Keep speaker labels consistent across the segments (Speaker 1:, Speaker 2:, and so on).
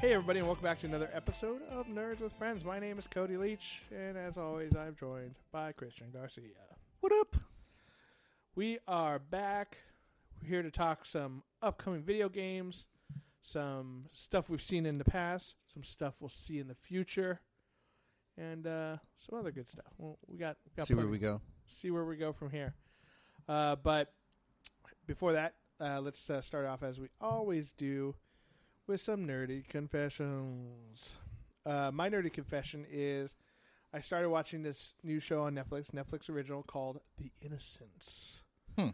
Speaker 1: Hey, everybody, and welcome back to another episode of Nerds with Friends. My name is Cody Leach, and as always, I'm joined by Christian Garcia.
Speaker 2: What up?
Speaker 1: We are back. We're here to talk some upcoming video games, some stuff we've seen in the past, some stuff we'll see in the future, and uh, some other good stuff. Well, we got, we got
Speaker 2: See where
Speaker 1: plenty-
Speaker 2: we go.
Speaker 1: see where we go from here. Uh, but before that, uh, let's uh, start off as we always do with some nerdy confessions. Uh, my nerdy confession is I started watching this new show on Netflix, Netflix original called The Innocents.
Speaker 2: Hmm.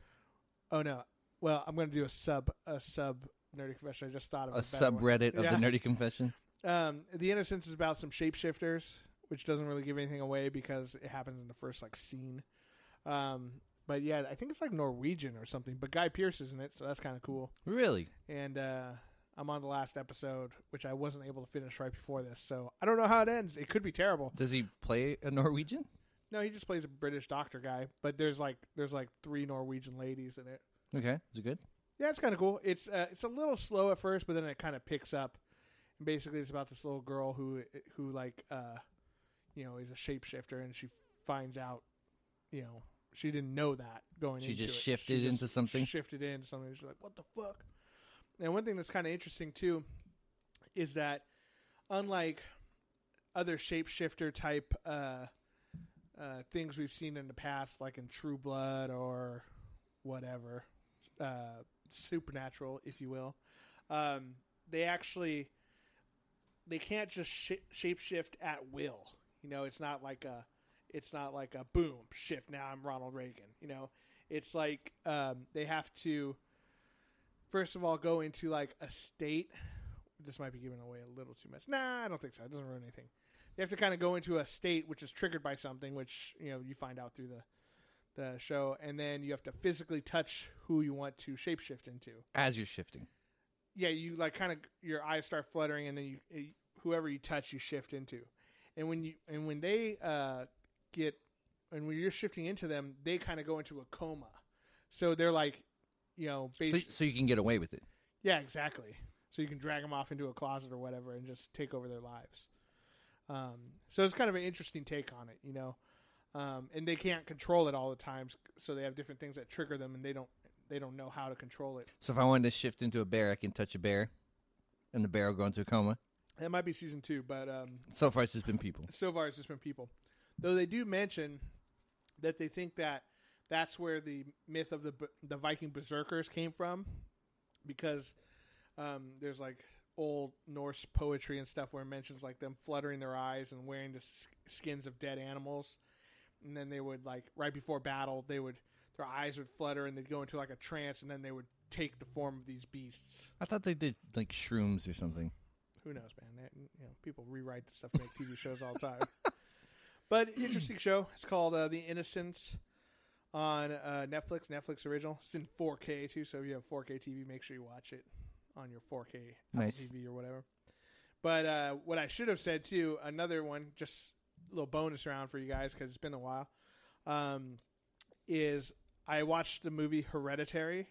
Speaker 1: Oh no! Well, I'm going to do a sub a sub nerdy confession. I just thought of
Speaker 2: A
Speaker 1: better one.
Speaker 2: subreddit of
Speaker 1: Yeah.
Speaker 2: the Nerdy Confession.
Speaker 1: Um, the Innocence is about some shapeshifters, which doesn't really give anything away because it happens in the first like scene. Um, but yeah, I think it's like Norwegian or something. But Guy Pierce is in it, so that's kind of cool.
Speaker 2: Really?
Speaker 1: And uh, I'm on the last episode, which I wasn't able to finish right before this, so I don't know how it ends. It could be terrible.
Speaker 2: Does he play a Norwegian?
Speaker 1: No, he just plays a British doctor guy, but there's like there's like three Norwegian ladies in it.
Speaker 2: Okay. Is it good?
Speaker 1: Yeah, it's kind of cool. It's uh, it's a little slow at first, but then it kind of picks up. And basically, it's about this little girl who who like uh, you know is a shapeshifter, and she finds out, you know, she didn't know that going.
Speaker 2: She
Speaker 1: into
Speaker 2: just
Speaker 1: it.
Speaker 2: shifted
Speaker 1: just
Speaker 2: into something?
Speaker 1: Shifted into something. She's like, what the fuck? And one thing that's kind of interesting too is that unlike other shapeshifter type uh, uh, things we've seen in the past, like in True Blood or whatever, uh, supernatural, if you will, um, they actually they can't just sh- shapeshift at will. You know, it's not like a it's not like a boom shift. Now I'm Ronald Reagan. You know, it's like um, they have to first of all go into like a state. This might be giving away a little too much. Nah, I don't think so. It doesn't ruin anything. They have to kind of go into a state which is triggered by something, which you know you find out through the the show, and then you have to physically touch who you want to shapeshift into.
Speaker 2: As you're shifting.
Speaker 1: Yeah, you like kind of your eyes start fluttering, and then you it- whoever you touch you shift into, and when you and when they uh, get and when you're shifting into them, they kind of go into a coma, so they're like, you know,
Speaker 2: So,
Speaker 1: basically.
Speaker 2: so you can get away with it.
Speaker 1: Yeah, exactly. So you can drag them off into a closet or whatever and just take over their lives. Um, so it's kind of an interesting take on it, you know. Um, and they can't control it all the times, so they have different things that trigger them, and they don't they don't know how to control it.
Speaker 2: So if I wanted to shift into a bear, I can touch a bear, and the bear will go into a coma.
Speaker 1: That might be season two, but um,
Speaker 2: So far, it's just been people.
Speaker 1: so far it's just been people. Though they do mention that they think that that's where the myth of the b- the Viking berserkers came from, because um, there's like old Norse poetry and stuff where it mentions like them fluttering their eyes and wearing the s- skins of dead animals, and then they would like right before battle they would their eyes would flutter and they'd go into like a trance and then they would take the form of these beasts.
Speaker 2: I thought they did like shrooms or something.
Speaker 1: Who knows, man? That, you know, people rewrite the stuff to make TV shows all the time. But interesting show. It's called uh, The Innocents on uh, Netflix. Netflix original. It's in 4K too, so if you have 4K TV, make sure you watch it on your 4K Apple
Speaker 2: Nice.
Speaker 1: TV or whatever. But uh, what I should have said too, another one, just a little bonus round for you guys because it's been a while, um, is I watched the movie Hereditary.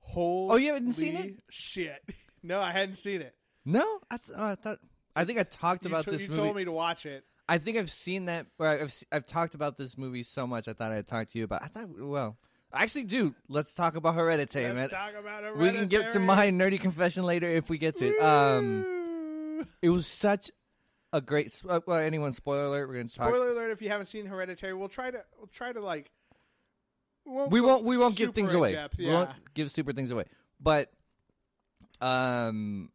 Speaker 1: Holy
Speaker 2: Oh, you haven't seen it?
Speaker 1: Shit! No, I hadn't seen it.
Speaker 2: No, I, th- oh, I thought. I think I talked
Speaker 1: You
Speaker 2: about
Speaker 1: to-
Speaker 2: this
Speaker 1: you
Speaker 2: movie.
Speaker 1: told me to watch it.
Speaker 2: I think I've seen that, or I've s- I've talked about this movie so much. I thought I'd talk to you about. I thought, well, actually, dude, let's talk about Hereditary, man.
Speaker 1: Let's talk about
Speaker 2: we can get to my nerdy confession later if we get to it. Um,
Speaker 1: Woo!
Speaker 2: it was such a great. sp- uh, Well, anyone, spoiler alert. We're gonna talk.
Speaker 1: Spoiler alert! If you haven't seen Hereditary, we'll try to we'll try to like. won't
Speaker 2: we
Speaker 1: go
Speaker 2: won't. We won't give
Speaker 1: super
Speaker 2: things
Speaker 1: in
Speaker 2: away.
Speaker 1: depth,
Speaker 2: We
Speaker 1: yeah,
Speaker 2: won't give super things away. But, um,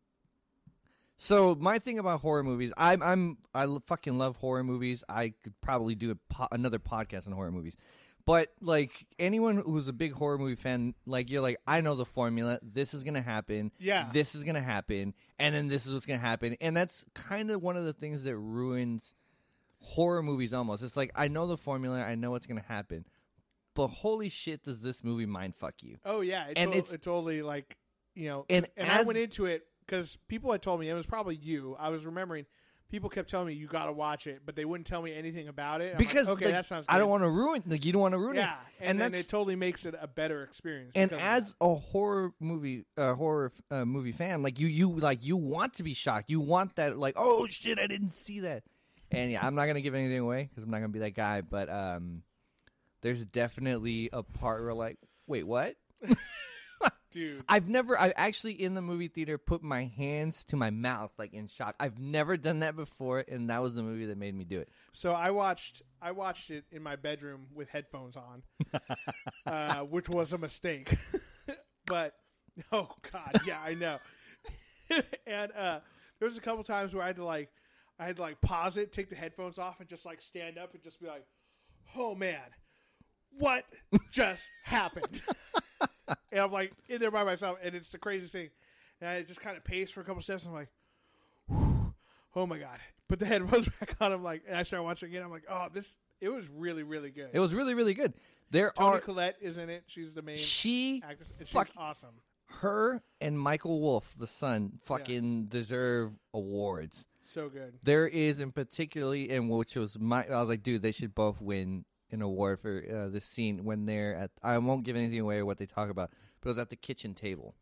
Speaker 2: so my thing about horror movies, I'm I'm I l- fucking love horror movies. I could probably do a po- another podcast on horror movies. But like anyone who's a big horror movie fan, like you're like, I know the formula. This is gonna happen.
Speaker 1: Yeah.
Speaker 2: This is gonna happen, and then this is what's gonna happen, and that's kind of one of the things that ruins horror movies. Almost, it's like I know the formula. I know what's gonna happen, but holy shit, does this movie mind fuck you?
Speaker 1: oh yeah, it
Speaker 2: and
Speaker 1: to-
Speaker 2: it's-
Speaker 1: it totally like you know,
Speaker 2: And
Speaker 1: and I
Speaker 2: as-
Speaker 1: went into it because people had told me it was probably you. I was remembering people kept telling me you got to watch it, but they wouldn't tell me anything about it. I'm like,
Speaker 2: because
Speaker 1: okay,
Speaker 2: like,
Speaker 1: that sounds. Good.
Speaker 2: I don't want to ruin like you don't want to ruin
Speaker 1: Yeah,
Speaker 2: it,
Speaker 1: and, then
Speaker 2: that's
Speaker 1: it totally makes it a better experience.
Speaker 2: and
Speaker 1: because of that.
Speaker 2: as a horror movie uh, horror uh, movie fan, like you you like you want to be shocked. You want that like oh shit, I didn't see that. And yeah, I'm not gonna give anything away because I'm not gonna be that guy. But um, there's definitely a part where like wait what?
Speaker 1: dude,
Speaker 2: I've never I actually in the movie theater put my hands to my mouth like in shock. I've never done that before, and that was the movie that made me do it.
Speaker 1: So I watched I watched it in my bedroom with headphones on, uh, which was a mistake. but oh god, yeah, I know. and uh, there was a couple times where I had to like I had to like pause it, take the headphones off, and just like stand up and just be like, "Oh man, what just happened?" and I'm like in there by myself, and it's the craziest thing. And I just kind of paced for a couple steps, and I'm like oh my god put the headphones back on i'm like and i started watching it again i'm like oh this it was really really good
Speaker 2: It was really really good. There
Speaker 1: tony
Speaker 2: are
Speaker 1: collette is in it she's the main
Speaker 2: she
Speaker 1: actress and she's
Speaker 2: fuck-
Speaker 1: awesome
Speaker 2: her and Michael Wolf, the son, fucking deserve awards.
Speaker 1: so good
Speaker 2: There is, in particularly, in which was my. I was like, dude, they should both win an award for uh, this scene when they're at. I won't give anything away what they talk about, but it was at the kitchen table.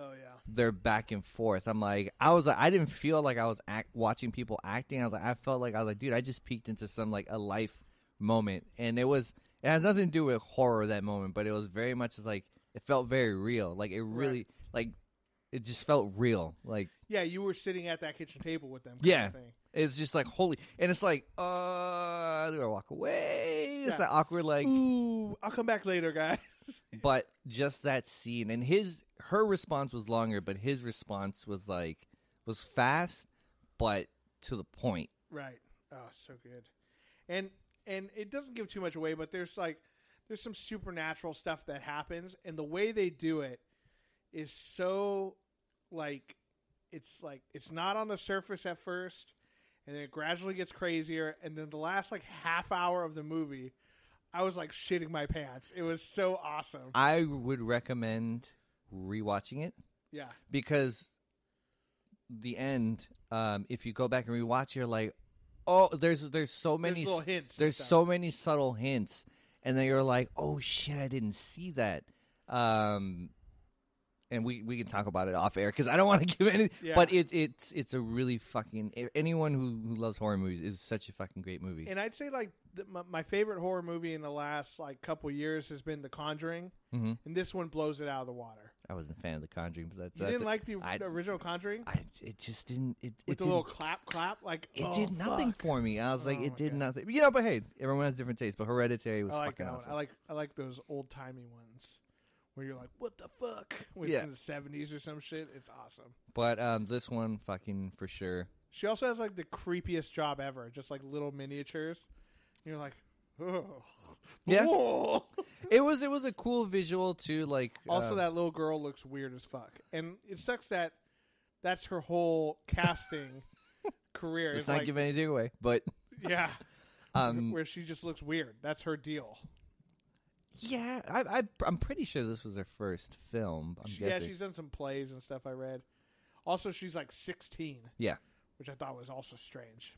Speaker 1: oh yeah
Speaker 2: They're back and forth. I'm like, I was like, I didn't feel like I was act, watching people acting. I was like, I felt like I was like, dude, I just peeked into some like a life moment, and it was. It has nothing to do with horror that moment, but it was very much like it felt very real. Like it really, like it just felt real. Like
Speaker 1: yeah you were sitting at that kitchen table with them kind
Speaker 2: Yeah.
Speaker 1: of thing.
Speaker 2: It's just like holy, and it's like, uh, do I walk away? It's
Speaker 1: Yeah.
Speaker 2: that awkward, like,
Speaker 1: ooh i'll come back later guys
Speaker 2: but just that scene and his her response was longer, but his response was like was fast, but to the point.
Speaker 1: right oh so good and and it doesn't give too much away but there's like there's some supernatural stuff that happens and the way they do it is so like it's like it's not on the surface at first and then it gradually gets crazier and then the last like half hour of the movie i was like shitting my pants it was so awesome
Speaker 2: I would recommend rewatching it
Speaker 1: yeah
Speaker 2: because the end, um, if you go back and rewatch, you're like, oh, there's there's so
Speaker 1: there's
Speaker 2: many
Speaker 1: little hints and
Speaker 2: there's
Speaker 1: stuff.
Speaker 2: so many subtle hints and then you're like oh shit i didn't see that um and we we can talk about it off air because i don't want to give any
Speaker 1: Yeah.
Speaker 2: but it it's it's a really fucking a- anyone who, who loves horror movies is such a fucking great movie
Speaker 1: and i'd say like the, my, my favorite horror movie in the last like couple years has been the conjuring
Speaker 2: hmm
Speaker 1: and this one blows it out of the water
Speaker 2: i wasn't a fan of the conjuring but that's,
Speaker 1: you
Speaker 2: that's
Speaker 1: didn't like the
Speaker 2: I-
Speaker 1: original conjuring
Speaker 2: I, it just didn't it,
Speaker 1: with
Speaker 2: it
Speaker 1: the
Speaker 2: didn't,
Speaker 1: little clap clap like
Speaker 2: it
Speaker 1: oh,
Speaker 2: did nothing
Speaker 1: fuck.
Speaker 2: for me i was like
Speaker 1: Oh my
Speaker 2: it did
Speaker 1: God.
Speaker 2: nothing you know but hey everyone has different tastes but hereditary was
Speaker 1: I like
Speaker 2: fucking
Speaker 1: that
Speaker 2: awesome
Speaker 1: one. I like I like those old timey ones where you're like, "What the fuck?" When
Speaker 2: Yeah.
Speaker 1: it's in the seventies or some shit. It's awesome.
Speaker 2: but um this one fucking for sure
Speaker 1: She also has like the creepiest job ever, just like little miniatures. And you're like, oh.
Speaker 2: Yeah.
Speaker 1: Whoa.
Speaker 2: it was it was a cool visual too like
Speaker 1: Also,
Speaker 2: um,
Speaker 1: that little girl looks weird as fuck, and it sucks that that's her whole casting career.
Speaker 2: Let's
Speaker 1: It's
Speaker 2: not
Speaker 1: like,
Speaker 2: give anything away, but
Speaker 1: yeah,
Speaker 2: um,
Speaker 1: where she just looks weird. That's her deal.
Speaker 2: yeah, I, I, I'm pretty sure this was her first film. I'm
Speaker 1: She- yeah,
Speaker 2: guessing.
Speaker 1: she's done some plays and stuff I read. Also, she's like 16.
Speaker 2: Yeah.
Speaker 1: Which I thought was also strange.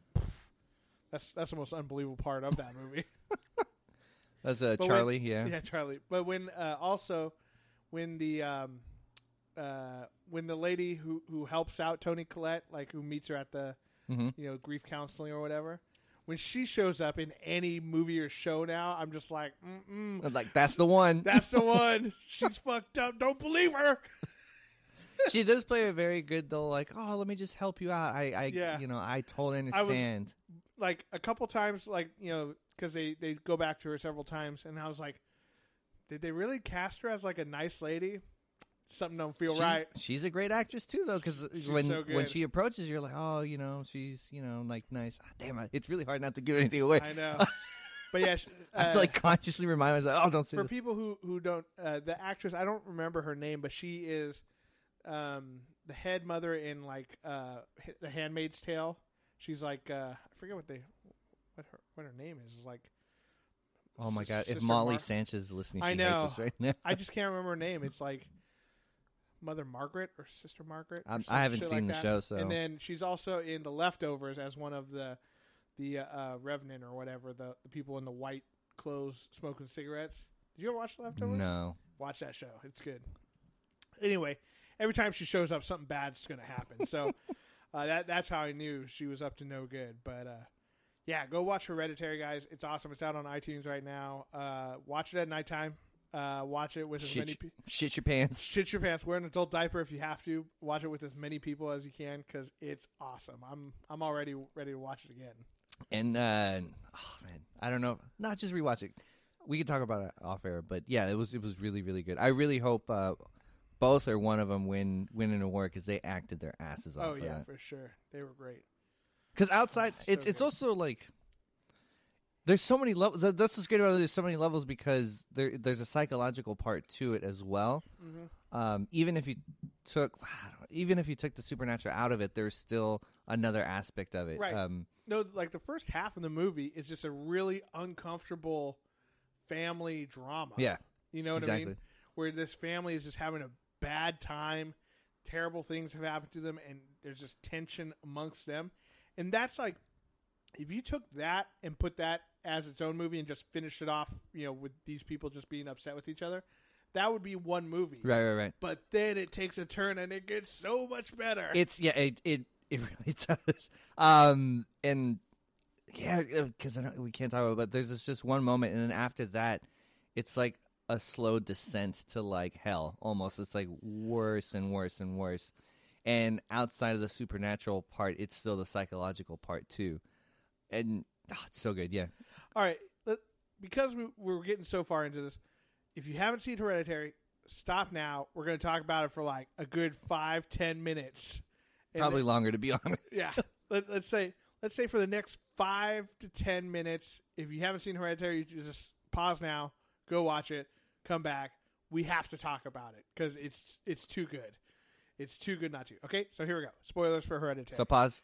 Speaker 1: That's that's the most unbelievable part of that movie.
Speaker 2: That's uh,
Speaker 1: But when-
Speaker 2: Charlie. yeah,
Speaker 1: yeah, Charlie. But when uh, also when the um, uh, when the lady who who helps out Tony Collette, like who meets her at the
Speaker 2: Mhm.
Speaker 1: you know grief counseling or whatever, when she shows up in any movie or show now, I'm just like, mm mm,
Speaker 2: like that's the one.
Speaker 1: that's the one. She's fucked up. Don't believe her.
Speaker 2: she does play a very good though. Like, oh, let me just help you out. I, I,
Speaker 1: Yeah.
Speaker 2: you know, I totally
Speaker 1: I was-
Speaker 2: understand.
Speaker 1: like a couple times, like you know, because they they go back to her several times, and I was like, did they really cast her as like a nice lady? Something don't feel
Speaker 2: she's,
Speaker 1: right.
Speaker 2: She's a great actress too, though, because
Speaker 1: She's
Speaker 2: when
Speaker 1: so
Speaker 2: when
Speaker 1: good.
Speaker 2: she approaches, you're like, oh, you know, she's you know, like nice. Ah, damn, I, it's really hard not to give anything away.
Speaker 1: I know, but yeah, she,
Speaker 2: I have
Speaker 1: uh,
Speaker 2: to like consciously remind myself, oh, don't say
Speaker 1: for
Speaker 2: this.
Speaker 1: people who who don't, uh, the actress I don't remember her name, but she is um, the head mother in like uh, H- The Handmaid's Tale. She's like uh, I forget what they what her what her name is. It's like
Speaker 2: Oh my
Speaker 1: Sis-
Speaker 2: god, if
Speaker 1: Sister
Speaker 2: Molly
Speaker 1: Mar-
Speaker 2: Sanchez is listening, she
Speaker 1: I
Speaker 2: hates
Speaker 1: know.
Speaker 2: us right now.
Speaker 1: I just can't remember her name. It's like Mother Margaret or Sister Margaret. or
Speaker 2: I'm-
Speaker 1: some
Speaker 2: I haven't
Speaker 1: shit
Speaker 2: seen
Speaker 1: like
Speaker 2: the
Speaker 1: that.
Speaker 2: show, so
Speaker 1: And then she's also in The Leftovers as one of the the uh, Revenant or whatever the, the people in the white clothes smoking cigarettes. Did you ever watch The Leftovers?
Speaker 2: no.
Speaker 1: Watch that show. It's good. Anyway, every time she shows up, something bad's going to happen. So uh, that that's how I knew she was up to no good. But uh, yeah, go watch Hereditary, guys. It's awesome. It's out on iTunes right now. Uh, watch it at nighttime. Uh, watch it with as
Speaker 2: Shit,
Speaker 1: many
Speaker 2: your-
Speaker 1: people
Speaker 2: shit your pants.
Speaker 1: shit your pants. Wear an adult diaper if you have to. Watch it with as many people as you can because it's awesome. I'm I'm already ready to watch it again.
Speaker 2: And uh, oh man, I don't know. Not just rewatch it. We could talk about it off air, but yeah, it was it was really really good. I really hope uh, both or one of them win win an award because they acted their asses off.
Speaker 1: oh
Speaker 2: for
Speaker 1: yeah,
Speaker 2: that.
Speaker 1: for sure. They were great.
Speaker 2: Because outside,
Speaker 1: so
Speaker 2: it's it's
Speaker 1: good.
Speaker 2: also like there's so many levels. th- That's what's great about it. There's so many levels because there there's a psychological part to it as well.
Speaker 1: Mm-hmm.
Speaker 2: Um, even if you took I don't know, even if you took the supernatural out of it, there's still another aspect of it.
Speaker 1: Right.
Speaker 2: Um,
Speaker 1: No, like the first half of the movie is just a really uncomfortable family drama.
Speaker 2: yeah.
Speaker 1: you know what I mean.
Speaker 2: exactly.
Speaker 1: Where this family is just having a bad time, terrible things have happened to them, and there's just tension amongst them, and that's like. If you took that and put that as its own movie and just finished it off, you know, with these people just being upset with each other, that would be one movie.
Speaker 2: Right. Right. Right.
Speaker 1: but then it takes a turn and it gets so much better.
Speaker 2: It's yeah. It it it really does. Um, and yeah, uh, because we can't talk about. it, But there's this just one moment, and then after that, it's like a slow descent to like hell. Almost, it's like worse and worse and worse. And outside of the supernatural part, it's still the psychological part too. And oh, it's so good. Yeah,
Speaker 1: All right, let, because we, we're getting so far into this, if you haven't seen Hereditary, stop now. We're going to talk about it for like a good five, ten minutes. And
Speaker 2: probably longer to be honest.
Speaker 1: yeah. Let, let's say let's say for the next five to ten minutes, if you haven't seen Hereditary, you just pause now, go watch it, come back. We have to talk about it because it's it's too good. It's too good not to. Okay, so here we go. Spoilers for Hereditary.
Speaker 2: So pause.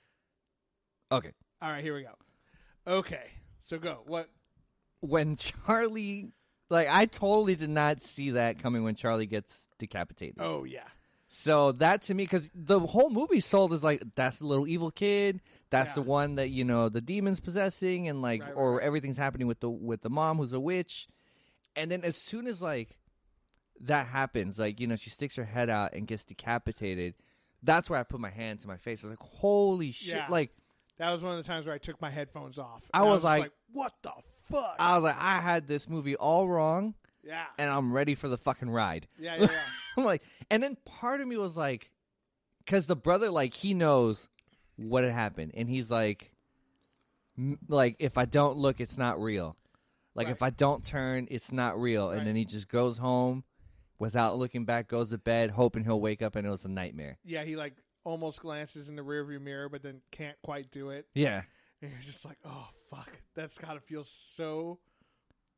Speaker 2: Okay.
Speaker 1: All right, here we go. Okay, so go. What?
Speaker 2: when Charlie, like, I totally did not see that coming when Charlie gets decapitated.
Speaker 1: Oh yeah,
Speaker 2: So that to me, because the whole movie sold as like that's the little evil kid, that's the
Speaker 1: Yeah.
Speaker 2: one that you know the demons possessing, and like,
Speaker 1: Right, right,
Speaker 2: or
Speaker 1: right.
Speaker 2: everything's happening with the with the mom who's a witch, and then as soon as like that happens, like you know she sticks her head out and gets decapitated. That's where I put my hand to my face. I was like, "Holy shit!"
Speaker 1: Yeah.
Speaker 2: Like,
Speaker 1: that was one of the times where I took my headphones off.
Speaker 2: I
Speaker 1: And
Speaker 2: was
Speaker 1: just
Speaker 2: like-
Speaker 1: "What the fuck?"
Speaker 2: I was like, "I had this movie all wrong,
Speaker 1: yeah.
Speaker 2: and I'm ready for the fucking ride."
Speaker 1: yeah, yeah, yeah,
Speaker 2: I'm like, and then part of me was like, because the brother, like, he knows what had happened, and he's like, m- like, if I don't look, it's not real. Like, if I don't turn, it's not real. And
Speaker 1: Right.
Speaker 2: then he just goes home without looking back, goes to bed, hoping he'll wake up, and it was a nightmare.
Speaker 1: yeah. He like almost glances in the rearview mirror, but then can't quite do it.
Speaker 2: Yeah.
Speaker 1: And you're just like, "Oh fuck, that's gotta feel so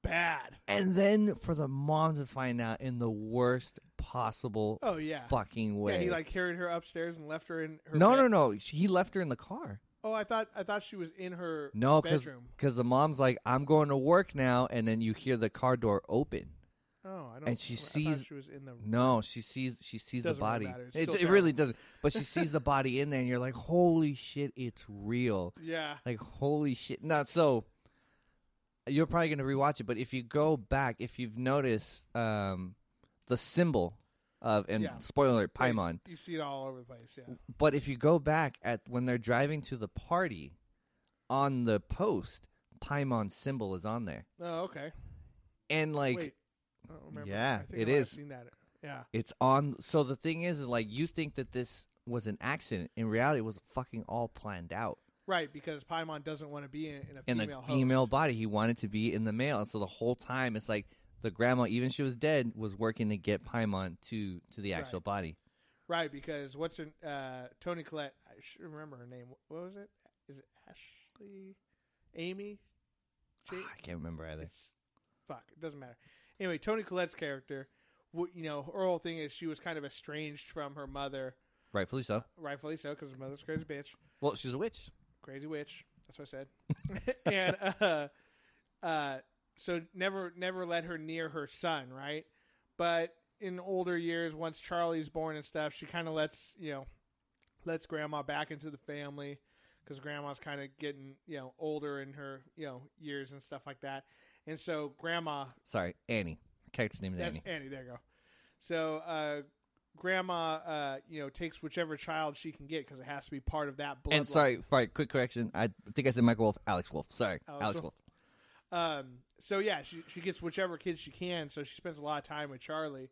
Speaker 1: bad."
Speaker 2: And then for the mom to find out in the worst possible
Speaker 1: Oh, yeah.
Speaker 2: fucking way.
Speaker 1: Yeah, he like carried her upstairs and left her in her.
Speaker 2: no,
Speaker 1: bed.
Speaker 2: no, no. She- He left her in the car.
Speaker 1: Oh, I thought I thought she was in her
Speaker 2: No, because
Speaker 1: bedroom.
Speaker 2: the mom's like, I'm going to work now, and then you hear the car door open.
Speaker 1: Oh, I don't.
Speaker 2: and she
Speaker 1: I thought
Speaker 2: sees-
Speaker 1: she was in the.
Speaker 2: No, she sees she sees
Speaker 1: Doesn't
Speaker 2: the
Speaker 1: really
Speaker 2: body.
Speaker 1: matter. It's
Speaker 2: it
Speaker 1: still
Speaker 2: it really doesn't. But she sees the body in there, and you're like, holy shit, it's real.
Speaker 1: Yeah,
Speaker 2: Like holy shit. Not so. You're probably gonna rewatch it, but if you go back, if you've noticed um, the symbol of and
Speaker 1: Yeah.
Speaker 2: spoiler alert, Paimon.
Speaker 1: You see it all over the place. Yeah.
Speaker 2: But if you go back at when they're driving to the party, on the post, Paimon's symbol is on there,
Speaker 1: Oh, okay.
Speaker 2: and like.
Speaker 1: Wait, I don't remember.
Speaker 2: Yeah,
Speaker 1: I think I
Speaker 2: it
Speaker 1: might have
Speaker 2: is.
Speaker 1: Seen that? Yeah,
Speaker 2: It's on. So the thing is, is like you think that this was an accident. In reality, it was fucking all planned out.
Speaker 1: right. Because Paimon doesn't want to be in, in a
Speaker 2: In the
Speaker 1: female. host.
Speaker 2: female body, he wanted to be in the male, and so the whole time, it's like the grandma, even she was dead, was working to get Paimon to to the actual
Speaker 1: Right.
Speaker 2: body.
Speaker 1: right? Because what's in uh, Tony Collette? I should remember her name. What was it? Is it Ashley? Amy?
Speaker 2: Ah,
Speaker 1: Jake?
Speaker 2: I can't remember either.
Speaker 1: It's- fuck, it doesn't matter. Anyway, Tony Collette's character, wh- you know, her whole thing is she was kind of estranged from her mother,
Speaker 2: Rightfully so.
Speaker 1: rightfully so, because her mother's a crazy bitch.
Speaker 2: Well, she's a witch.
Speaker 1: crazy witch. That's what I said. and uh, uh, so never never let her near her son, right? But in older years, once Charlie's born and stuff, she kind of lets you know lets Grandma back into the family because Grandma's kind of getting you know older in her you know years and stuff like that. And so Grandma,
Speaker 2: Sorry, Annie. Her character's name is
Speaker 1: that's
Speaker 2: Annie.
Speaker 1: Annie. There you go. So uh, Grandma, uh, you know, takes whichever child she can get because it has to be part of that bloodline.
Speaker 2: And sorry, sorry, quick correction. I think I said Michael Wolf, Alex Wolf. Sorry,
Speaker 1: Alex
Speaker 2: Alex,
Speaker 1: Wolf.
Speaker 2: Wolf.
Speaker 1: Um, so yeah, she she gets whichever kids she can. So she spends a lot of time with Charlie,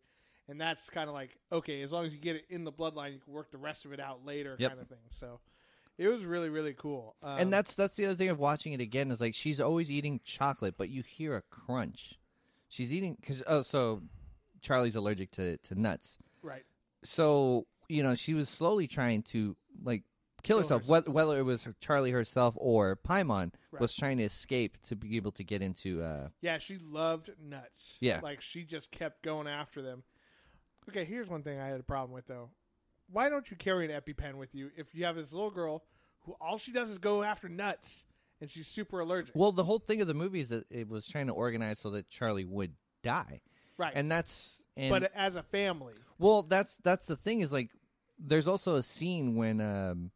Speaker 1: and that's kind of like okay, as long as you get it in the bloodline, you can work the rest of it out later,
Speaker 2: Yep.
Speaker 1: kind of thing. So it was really really cool. Um,
Speaker 2: and that's that's the other thing of watching it again is like she's always eating chocolate, but you hear a crunch. She's eating because oh, so Charlie's allergic to to nuts,
Speaker 1: right.
Speaker 2: so you know she was slowly trying to like kill
Speaker 1: Kill
Speaker 2: herself, whether, whether it was Charlie herself or Paimon
Speaker 1: Right.
Speaker 2: was trying to escape to be able to get into. uh
Speaker 1: Yeah, she loved nuts.
Speaker 2: Yeah.
Speaker 1: like she just kept going after them. Okay, here's one thing I had a problem with though. Why don't you carry an EpiPen with you if you have this little girl who all she does is go after nuts and she's super allergic?
Speaker 2: Well, the whole thing of the movie is that it was trying to organize so that Charlie would die,
Speaker 1: right.
Speaker 2: and that's and
Speaker 1: but as a family,
Speaker 2: Well, that's that's the thing is like there's also a scene when um,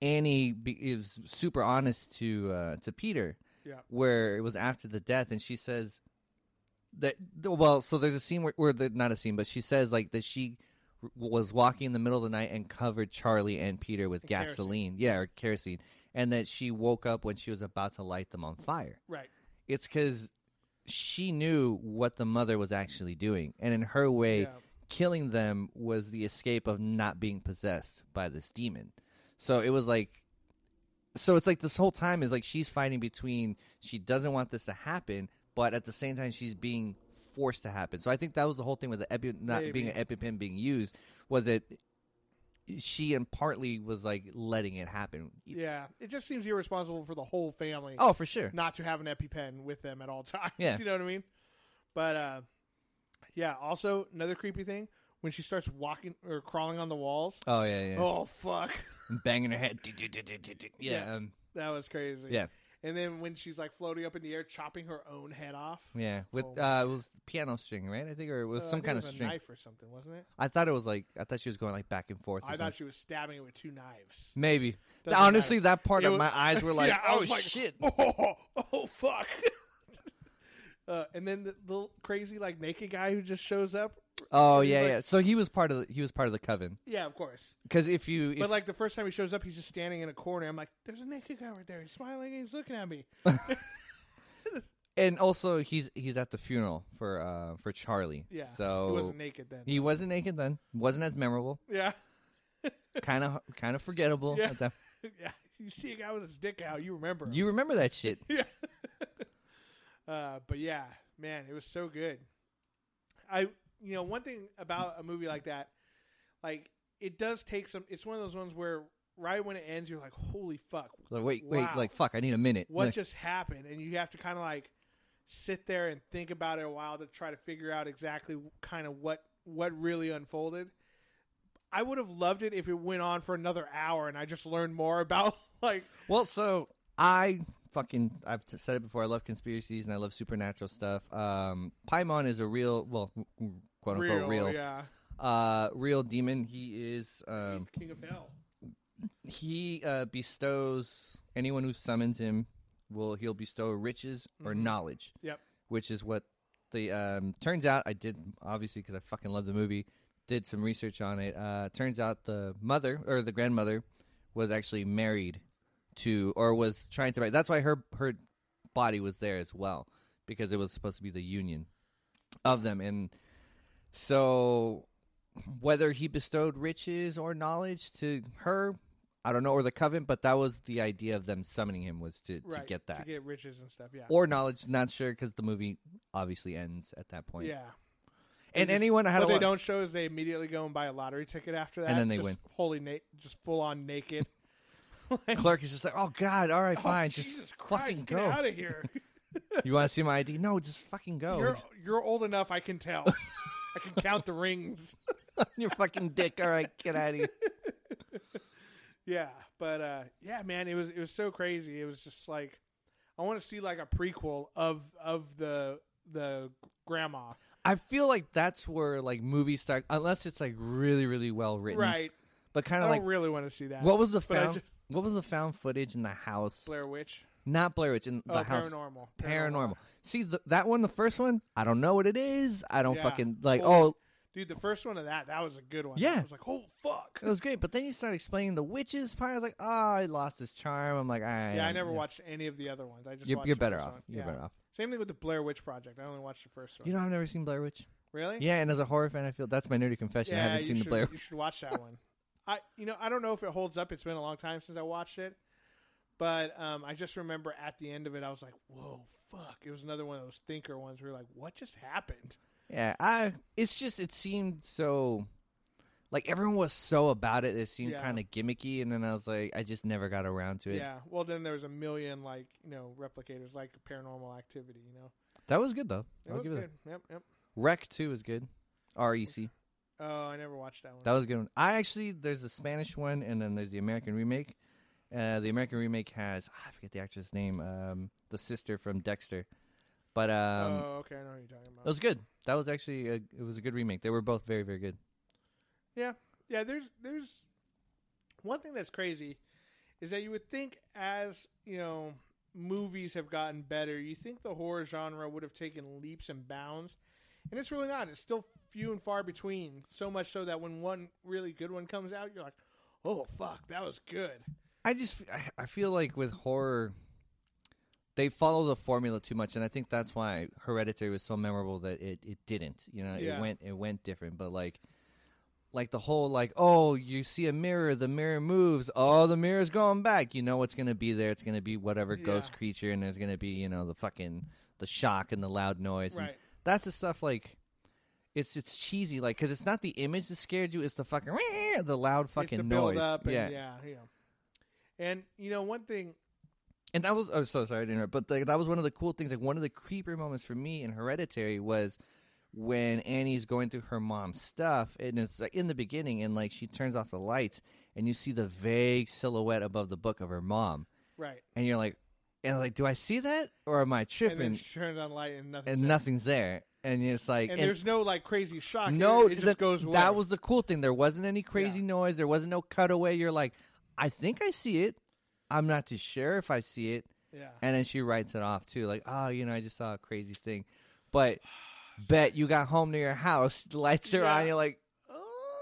Speaker 2: Annie be- is super honest to uh, to Peter,
Speaker 1: Yeah.
Speaker 2: where it was after the death, and she says that well, so there's a scene where, where the, not a scene, but she says like that she was walking in the middle of the night and covered Charlie and Peter with
Speaker 1: And kerosene.
Speaker 2: gasoline, yeah, or kerosene, and that she woke up when she was about to light them on fire
Speaker 1: right?
Speaker 2: it's because she knew what the mother was actually doing, and in her way,
Speaker 1: Yeah.
Speaker 2: killing them was the escape of not being possessed by this demon. So it was like, so it's like this whole time is like she's fighting between she doesn't want this to happen, but at the same time she's being forced to happen. So I think that was the whole thing with the epi not
Speaker 1: Maybe.
Speaker 2: being an epipen being used was that she and partly was like letting it happen.
Speaker 1: Yeah, it just seems irresponsible for the whole family
Speaker 2: Oh, for sure.
Speaker 1: not to have an EpiPen with them at all times.
Speaker 2: Yeah.
Speaker 1: you know what I mean. But uh, yeah, also another creepy thing when she starts walking or crawling on the walls.
Speaker 2: Oh yeah, yeah.
Speaker 1: Oh fuck,
Speaker 2: Banging her head.
Speaker 1: Yeah.
Speaker 2: Yeah, um,
Speaker 1: that was crazy.
Speaker 2: Yeah.
Speaker 1: and then when she's like floating up in the air, chopping her own head off.
Speaker 2: Yeah, with
Speaker 1: Oh,
Speaker 2: uh, it was piano string, right? I think, or it was
Speaker 1: Uh, I
Speaker 2: some
Speaker 1: think
Speaker 2: kind
Speaker 1: it
Speaker 2: of
Speaker 1: was a
Speaker 2: string.
Speaker 1: knife or something, wasn't it?
Speaker 2: I thought it was like I thought she was going like back and forth. Or
Speaker 1: I
Speaker 2: something.
Speaker 1: thought she was stabbing it with two knives.
Speaker 2: Maybe.
Speaker 1: Doesn't
Speaker 2: Honestly, that part
Speaker 1: It
Speaker 2: of
Speaker 1: was-
Speaker 2: my eyes were like,
Speaker 1: Yeah, I
Speaker 2: "Oh
Speaker 1: was like,
Speaker 2: shit!"
Speaker 1: Oh, oh fuck. uh, and then the little crazy like naked guy who just shows up.
Speaker 2: Oh
Speaker 1: he's
Speaker 2: yeah,
Speaker 1: like-
Speaker 2: yeah. So he was part of the, he was part of the coven
Speaker 1: Yeah, of course.
Speaker 2: because if you if,
Speaker 1: But like the first time he shows up, he's just standing in a corner. I'm like, there's a naked guy right there. He's smiling. and He's looking at me.
Speaker 2: and also he's he's at the funeral for uh for Charlie.
Speaker 1: Yeah.
Speaker 2: So
Speaker 1: he wasn't naked then.
Speaker 2: he wasn't naked then. wasn't as memorable.
Speaker 1: yeah,
Speaker 2: Kind of kind of forgettable.
Speaker 1: Yeah.
Speaker 2: at that-
Speaker 1: yeah. You see a guy with his dick out, you remember. him.
Speaker 2: You remember that shit?
Speaker 1: yeah. uh, but yeah, man, it was so good. I, you know, one thing about a movie like that, like it does take some. It's one of those ones where right when it ends, you're like, "Holy fuck,
Speaker 2: Like, wait, wait,
Speaker 1: Wow.
Speaker 2: like fuck! I need a minute.
Speaker 1: what
Speaker 2: Like,
Speaker 1: just happened?" And you have to kind of like sit there and think about it a while to try to figure out exactly kind of what what really unfolded. I would have loved it if it went on for another hour and I just learned more about like
Speaker 2: Well, so I fucking I've t- said it before. I love conspiracies and I love supernatural stuff. Um, Paimon is a real, well, quote
Speaker 1: real,
Speaker 2: unquote real,
Speaker 1: yeah,
Speaker 2: uh, real demon. He is. Um,
Speaker 1: King of Hell.
Speaker 2: he uh, bestows anyone who summons him will he'll bestow riches or knowledge.
Speaker 1: Yep.
Speaker 2: Which is what the um, turns out I did obviously because I fucking love the movie. Did some research on it. Uh, turns out the mother or the grandmother was actually married to or was trying to marry. That's why her her body was there as well because it was supposed to be the union of them and so whether he bestowed riches or knowledge to her, I don't know, or the coven, but that was the idea of them summoning him was to, to get that.
Speaker 1: to get riches and stuff. Yeah,
Speaker 2: or knowledge, not sure, because the movie obviously ends at that point.
Speaker 1: yeah.
Speaker 2: And
Speaker 1: They just-
Speaker 2: anyone had
Speaker 1: what
Speaker 2: a
Speaker 1: they
Speaker 2: lot-
Speaker 1: don't show is they immediately go and buy a lottery ticket after that,
Speaker 2: And then they
Speaker 1: just
Speaker 2: win.
Speaker 1: Holy, na- just full on naked.
Speaker 2: Clerk is just like, oh god, all right, fine,
Speaker 1: Oh,
Speaker 2: just
Speaker 1: Jesus
Speaker 2: fucking
Speaker 1: Christ,
Speaker 2: go.
Speaker 1: get out of here.
Speaker 2: You want to see my ID? No, just fucking go.
Speaker 1: You're
Speaker 2: Oh, It's
Speaker 1: you're old enough. I can tell. I can count the rings.
Speaker 2: on your fucking dick. All right, get out of here.
Speaker 1: Yeah, but uh, yeah, man, it was it was so crazy. It was just like I want to see like a prequel of of the the grandma.
Speaker 2: I feel like that's where like movies start, unless it's like really, really well written,
Speaker 1: Right.
Speaker 2: But kind
Speaker 1: I
Speaker 2: of
Speaker 1: don't
Speaker 2: like
Speaker 1: really want to see that.
Speaker 2: what was the
Speaker 1: but I
Speaker 2: found
Speaker 1: ju-
Speaker 2: what was the found footage in the house?
Speaker 1: Blair Witch?
Speaker 2: Not Blair Witch in the
Speaker 1: oh,
Speaker 2: house.
Speaker 1: paranormal.
Speaker 2: Paranormal. See the, that one, the first one. I don't know what it is. I don't
Speaker 1: Yeah.
Speaker 2: fucking like.
Speaker 1: Holy-
Speaker 2: Oh,
Speaker 1: Dude, the first one of that, that was a good one.
Speaker 2: Yeah.
Speaker 1: I was like, oh, fuck.
Speaker 2: it was great. But then you start explaining the witches part. I was like, oh, I lost its charm. I'm like, I
Speaker 1: Yeah, I never watched any of the other ones. I just
Speaker 2: You're,
Speaker 1: watched
Speaker 2: you're
Speaker 1: the
Speaker 2: better
Speaker 1: first
Speaker 2: off.
Speaker 1: one.
Speaker 2: You're
Speaker 1: Yeah.
Speaker 2: better off.
Speaker 1: Same thing with the Blair Witch Project. I only watched the first one.
Speaker 2: You know, I've never seen Blair Witch.
Speaker 1: really?
Speaker 2: Yeah, and as a horror fan, I feel that's my nerdy confession. I haven't
Speaker 1: you
Speaker 2: seen
Speaker 1: should,
Speaker 2: the Blair.
Speaker 1: You should watch that one. I, you know, I don't know if it holds up. It's been a long time since I watched it, but um, I just remember at the end of it, I was like, "Whoa, fuck!" It was another one of those thinker ones where you're like, "What just happened?"
Speaker 2: Yeah, I. It's just it seemed so, like everyone was so about it. It seemed
Speaker 1: Yeah.
Speaker 2: kind of gimmicky, and then I was like, I just never got around to it.
Speaker 1: Yeah. Well, then there was a million like you know replicators, like Paranormal Activity. You know,
Speaker 2: That was good though.
Speaker 1: it
Speaker 2: I'll
Speaker 1: was
Speaker 2: give it
Speaker 1: good.
Speaker 2: that.
Speaker 1: Yep, yep.
Speaker 2: Wreck two is good. R E C.
Speaker 1: Oh, I never watched that one.
Speaker 2: That was a good. One. I actually there's the Spanish one, and then there's the American remake. Uh, the American remake has ah, I forget the actress name, um, the sister from Dexter, but um,
Speaker 1: oh, okay. I know what you're talking
Speaker 2: it
Speaker 1: about.
Speaker 2: was good. That was actually a, it was a good remake. They were both very very good.
Speaker 1: yeah, there's there's one thing that's crazy is that you would think as you know movies have gotten better, you think the horror genre would have taken leaps and bounds, and it's really not. It's still few and far between. So much so that when one really good one comes out, you're like, "Oh fuck, that was good."
Speaker 2: I just I- I feel like with horror, they follow the formula too much, and I think that's why Hereditary was so memorable that it, it didn't. You know,
Speaker 1: Yeah.
Speaker 2: it went it went different, but like like the whole like oh you see a mirror, the mirror moves, oh the mirror's going back. You know what's gonna be there? It's gonna be whatever ghost
Speaker 1: Yeah.
Speaker 2: creature, and there's gonna be you know the fucking the shock and the loud noise. And
Speaker 1: Right?
Speaker 2: that's the stuff like. It's it's cheesy, like because it's not the image that scared you; it's the fucking the loud fucking
Speaker 1: it's the
Speaker 2: noise.
Speaker 1: build-up and yeah, yeah. And you know one thing,
Speaker 2: And that was I'm so sorry to interrupt, but like that was one of the cool things. Like one of the creeper moments for me in Hereditary was when Annie's going through her mom's stuff, and it's like in the beginning, and like she turns off the lights, and you see the vague silhouette above the book of her mom,
Speaker 1: right?
Speaker 2: and you're like, and like, do I see that, or am I
Speaker 1: And
Speaker 2: tripping?
Speaker 1: then
Speaker 2: And,
Speaker 1: she turns on light and nothing.
Speaker 2: nothing's there, and it's like,
Speaker 1: and,
Speaker 2: and-
Speaker 1: there's no like crazy shock.
Speaker 2: no,
Speaker 1: it just
Speaker 2: that-
Speaker 1: goes away.
Speaker 2: That was the cool thing. There wasn't any crazy noise. There wasn't no cutaway. You're like, I think I see it. I'm not too sure if I see it.
Speaker 1: yeah.
Speaker 2: And then she writes it off too, like, oh, you know, I just saw a crazy thing. But bet you got home to your house, the lights are
Speaker 1: Yeah.
Speaker 2: on, you're like,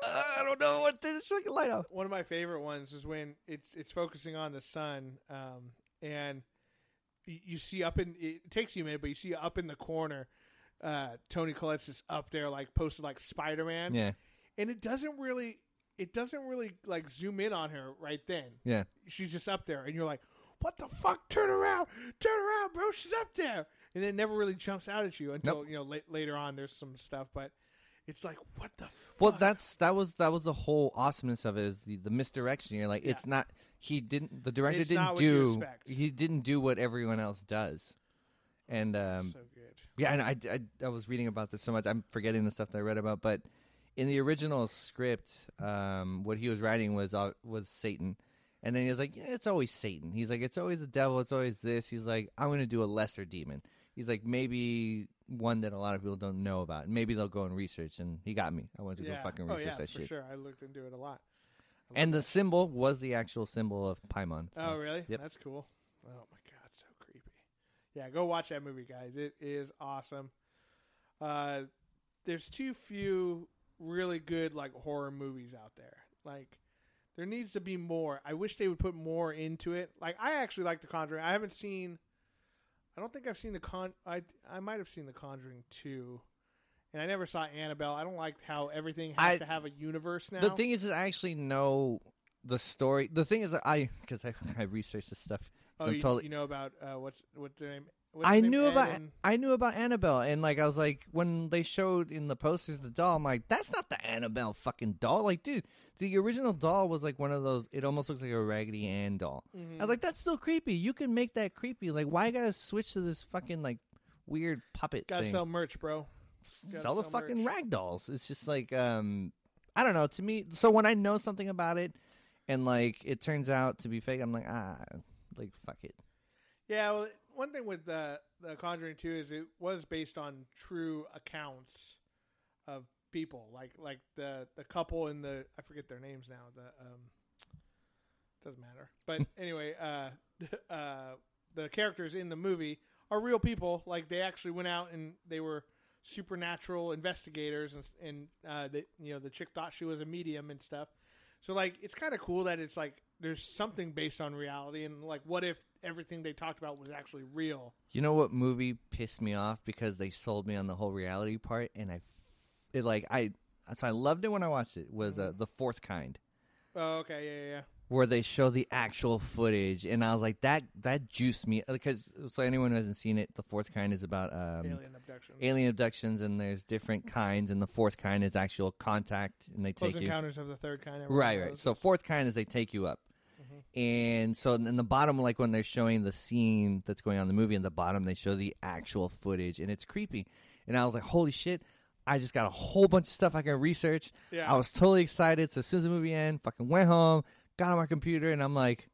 Speaker 2: "Uh, I don't know what this fucking light off.
Speaker 1: one of my favorite ones is when it's it's focusing on the sun um, and y- you see up in it takes you a minute but you see up in the corner uh, tony collette's is up there like posted like spider-man
Speaker 2: Yeah,
Speaker 1: and it doesn't really it doesn't really like zoom in on her right then
Speaker 2: yeah.
Speaker 1: she's just up there and you're like what the fuck turn around turn around bro she's up there and it never really jumps out at you until you know la- later on there's some stuff but it's like what the
Speaker 2: Well,
Speaker 1: fuck?
Speaker 2: that's that was that was the whole awesomeness of it is the, the misdirection. You're like,
Speaker 1: Yeah.
Speaker 2: it's not he didn't the director
Speaker 1: It's
Speaker 2: didn't
Speaker 1: not what you
Speaker 2: do
Speaker 1: expect.
Speaker 2: he didn't do what everyone else does. And um,
Speaker 1: so good
Speaker 2: Yeah, and I, I, I was reading about this so much. I'm forgetting the stuff that I read about, but in the original script, um, what he was writing was uh, was Satan, and then he was like, "Yeah, it's always Satan." He's like, "It's always the devil. It's always this." He's like, "I'm going to do a lesser demon." He's like, "Maybe one that a lot of people don't know about. and Maybe they'll go and research." And he got me. I went to go fucking
Speaker 1: oh,
Speaker 2: research
Speaker 1: yeah,
Speaker 2: that
Speaker 1: for
Speaker 2: shit.
Speaker 1: Sure, I looked into it a lot. I
Speaker 2: And
Speaker 1: looked-
Speaker 2: the symbol was the actual symbol of Paimon. so-
Speaker 1: oh really?
Speaker 2: yep.
Speaker 1: That's cool. Oh my god, so creepy. Yeah, go watch that movie, guys. It is awesome. Uh, there's too few really good like horror movies out there. Like there needs to be more. I wish they would put more into it. Like I actually like The Conjuring. I haven't seen. I don't think I've seen the con. I I might have seen The Conjuring two. And I never saw Annabelle. I don't like how everything has
Speaker 2: I-
Speaker 1: to have a universe now.
Speaker 2: The thing is, is I actually know the story. The thing is, that I because I, I researched this stuff. 'cause
Speaker 1: Oh,
Speaker 2: I'm
Speaker 1: you,
Speaker 2: totally-
Speaker 1: you know about uh, what's what's their name? What's
Speaker 2: I
Speaker 1: his name?
Speaker 2: knew
Speaker 1: Ed
Speaker 2: about
Speaker 1: and-
Speaker 2: I knew about Annabelle, and like I was like when they showed in the posters the doll, I'm like, that's not the Annabelle fucking doll. Like, dude, the original doll was like one of those. It almost looks like a Raggedy Ann doll.
Speaker 1: mm-hmm.
Speaker 2: I was like, that's still creepy. You can make that creepy. Like, why you gotta switch to this fucking like weird puppet
Speaker 1: gotta
Speaker 2: thing?
Speaker 1: sell merch, bro. gotta
Speaker 2: sell the
Speaker 1: sell
Speaker 2: fucking
Speaker 1: merch.
Speaker 2: rag dolls. It's just like um I don't know, to me so when I know something about it and like it turns out to be fake, I'm like, ah like fuck it.
Speaker 1: Yeah, well, one thing with the the Conjuring Two is it was based on true accounts of people, like like the the couple in the I forget their names now. The um, doesn't matter. But anyway, uh, uh, the characters in the movie are real people. Like they actually went out and they were supernatural investigators, and and uh, they, you know the chick thought she was a medium and stuff. So like it's kind of cool that it's like there's something based on reality, and like what if everything they talked about was actually real?
Speaker 2: You know what movie pissed me off because they sold me on the whole reality part, and I, f- it like I, so I loved it when I watched it. Was
Speaker 1: Mm.
Speaker 2: uh, the fourth kind
Speaker 1: Oh, okay, yeah, yeah, yeah.
Speaker 2: where they show the actual footage, and I was like that that juiced me because so anyone who hasn't seen it, the fourth kind is about um,
Speaker 1: alien abduction,
Speaker 2: alien abductions, and there's different kinds, and the fourth kind is actual contact, and they
Speaker 1: close
Speaker 2: take you
Speaker 1: encounters of the third kind. everyone
Speaker 2: Right, right.
Speaker 1: knows.
Speaker 2: So fourth kind is they take you up, and so in the bottom, like when they're showing the scene that's going on in the movie, in the bottom they show the actual footage, and it's creepy. And I was like, holy shit! I just got a whole bunch of stuff I can research.
Speaker 1: Yeah.
Speaker 2: I was totally excited. So as soon as the movie ended, fucking went home, got on my computer, and I'm like,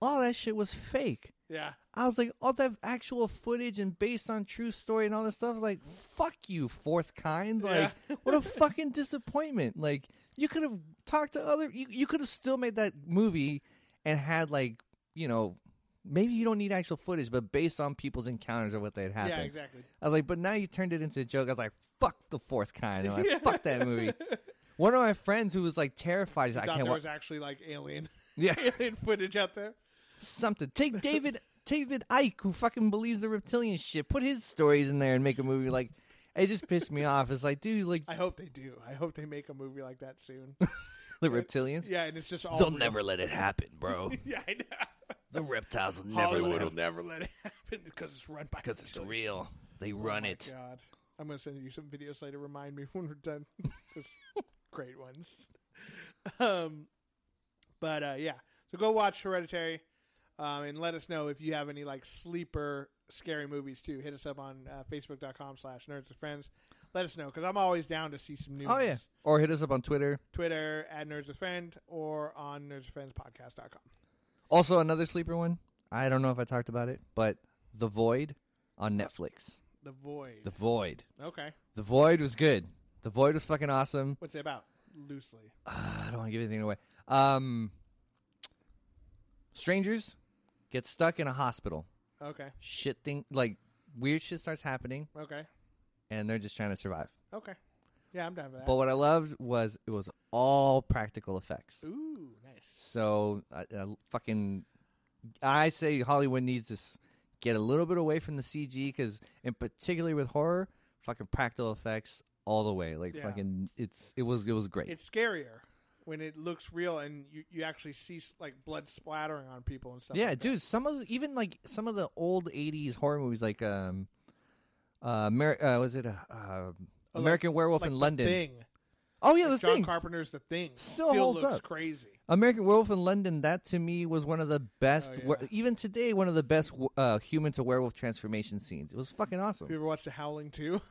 Speaker 2: all that shit was fake.
Speaker 1: yeah,
Speaker 2: I was like, all that actual footage and based on true story and all this stuff. I was like, fuck you, fourth kind. Like,
Speaker 1: Yeah.
Speaker 2: what a fucking disappointment. Like, you could have talked to other. You, you could have still made that movie and had like, you know, maybe you don't need actual footage, but based on people's encounters of what they had happened.
Speaker 1: yeah, exactly.
Speaker 2: I was like, but now you turned it into a joke. I was like, fuck the fourth kind. I'm like,
Speaker 1: Yeah.
Speaker 2: fuck that movie. One of my friends who was like terrified, he's
Speaker 1: I
Speaker 2: like, I
Speaker 1: thought
Speaker 2: can't
Speaker 1: there
Speaker 2: watch.
Speaker 1: was actually like alien
Speaker 2: Yeah.
Speaker 1: alien footage out there.
Speaker 2: something. Take David David Ike, who fucking believes the reptilian shit, put his stories in there and make a movie. Like, it just pissed me off. It's like, dude, like
Speaker 1: I hope they do. I hope they make a movie like that soon.
Speaker 2: the reptilians,
Speaker 1: yeah, and it's just all
Speaker 2: they'll
Speaker 1: real.
Speaker 2: never let it happen, bro.
Speaker 1: Yeah, I know.
Speaker 2: the reptiles will never
Speaker 1: Hollywood
Speaker 2: let
Speaker 1: will
Speaker 2: it
Speaker 1: never let it happen because it's run by
Speaker 2: because it's real. They
Speaker 1: Oh
Speaker 2: run
Speaker 1: my
Speaker 2: it.
Speaker 1: God, I'm gonna send you some videos later. Remind me when we're done. Just great ones. Um, but uh, yeah, so go watch Hereditary, um, and let us know if you have any like sleeper scary movies too. Hit us up on uh, Facebook.com/slash Nerds with Friends. Let us know because I'm always down to see some new.
Speaker 2: Oh
Speaker 1: ones.
Speaker 2: yeah, or hit us up on Twitter.
Speaker 1: Twitter at Nerds with Friend or on nerdswithfriendspodcast.com.
Speaker 2: Also, another sleeper one. I don't know if I talked about it, but The Void on Netflix.
Speaker 1: The Void.
Speaker 2: The Void.
Speaker 1: okay,
Speaker 2: The Void was good. The Void was fucking awesome.
Speaker 1: what's it about? Loosely.
Speaker 2: I don't want to give anything away. Um, strangers get stuck in a hospital.
Speaker 1: Okay,
Speaker 2: Shit thing like weird shit starts happening,
Speaker 1: okay,
Speaker 2: and they're just trying to survive.
Speaker 1: okay. Yeah, I'm down for that.
Speaker 2: But what I loved was it was all practical effects.
Speaker 1: Ooh, nice.
Speaker 2: So I, I fucking, I say Hollywood needs to s- get a little bit away from the CG because, in particular with horror, fucking practical effects all the way. Like
Speaker 1: Yeah.
Speaker 2: fucking, it's it was it was great.
Speaker 1: It's scarier when it looks real and you, you actually see like blood splattering on people and stuff.
Speaker 2: yeah,
Speaker 1: like that.
Speaker 2: dude. Some of the, even like some of the old '80s horror movies, like um, uh, Mer- uh was it uh, uh,
Speaker 1: Oh, like-
Speaker 2: American Werewolf
Speaker 1: Like
Speaker 2: in
Speaker 1: The
Speaker 2: London?
Speaker 1: Thing.
Speaker 2: Oh yeah, the
Speaker 1: John
Speaker 2: thing.
Speaker 1: Carpenter's The Thing
Speaker 2: Still holds
Speaker 1: looks
Speaker 2: up.
Speaker 1: crazy.
Speaker 2: American Werewolf in London. That to me was one of the best.
Speaker 1: Oh, yeah.
Speaker 2: wer- even today, one of the best uh, human to werewolf transformation scenes. It was fucking
Speaker 1: Have you
Speaker 2: awesome.
Speaker 1: ever watched The Howling too?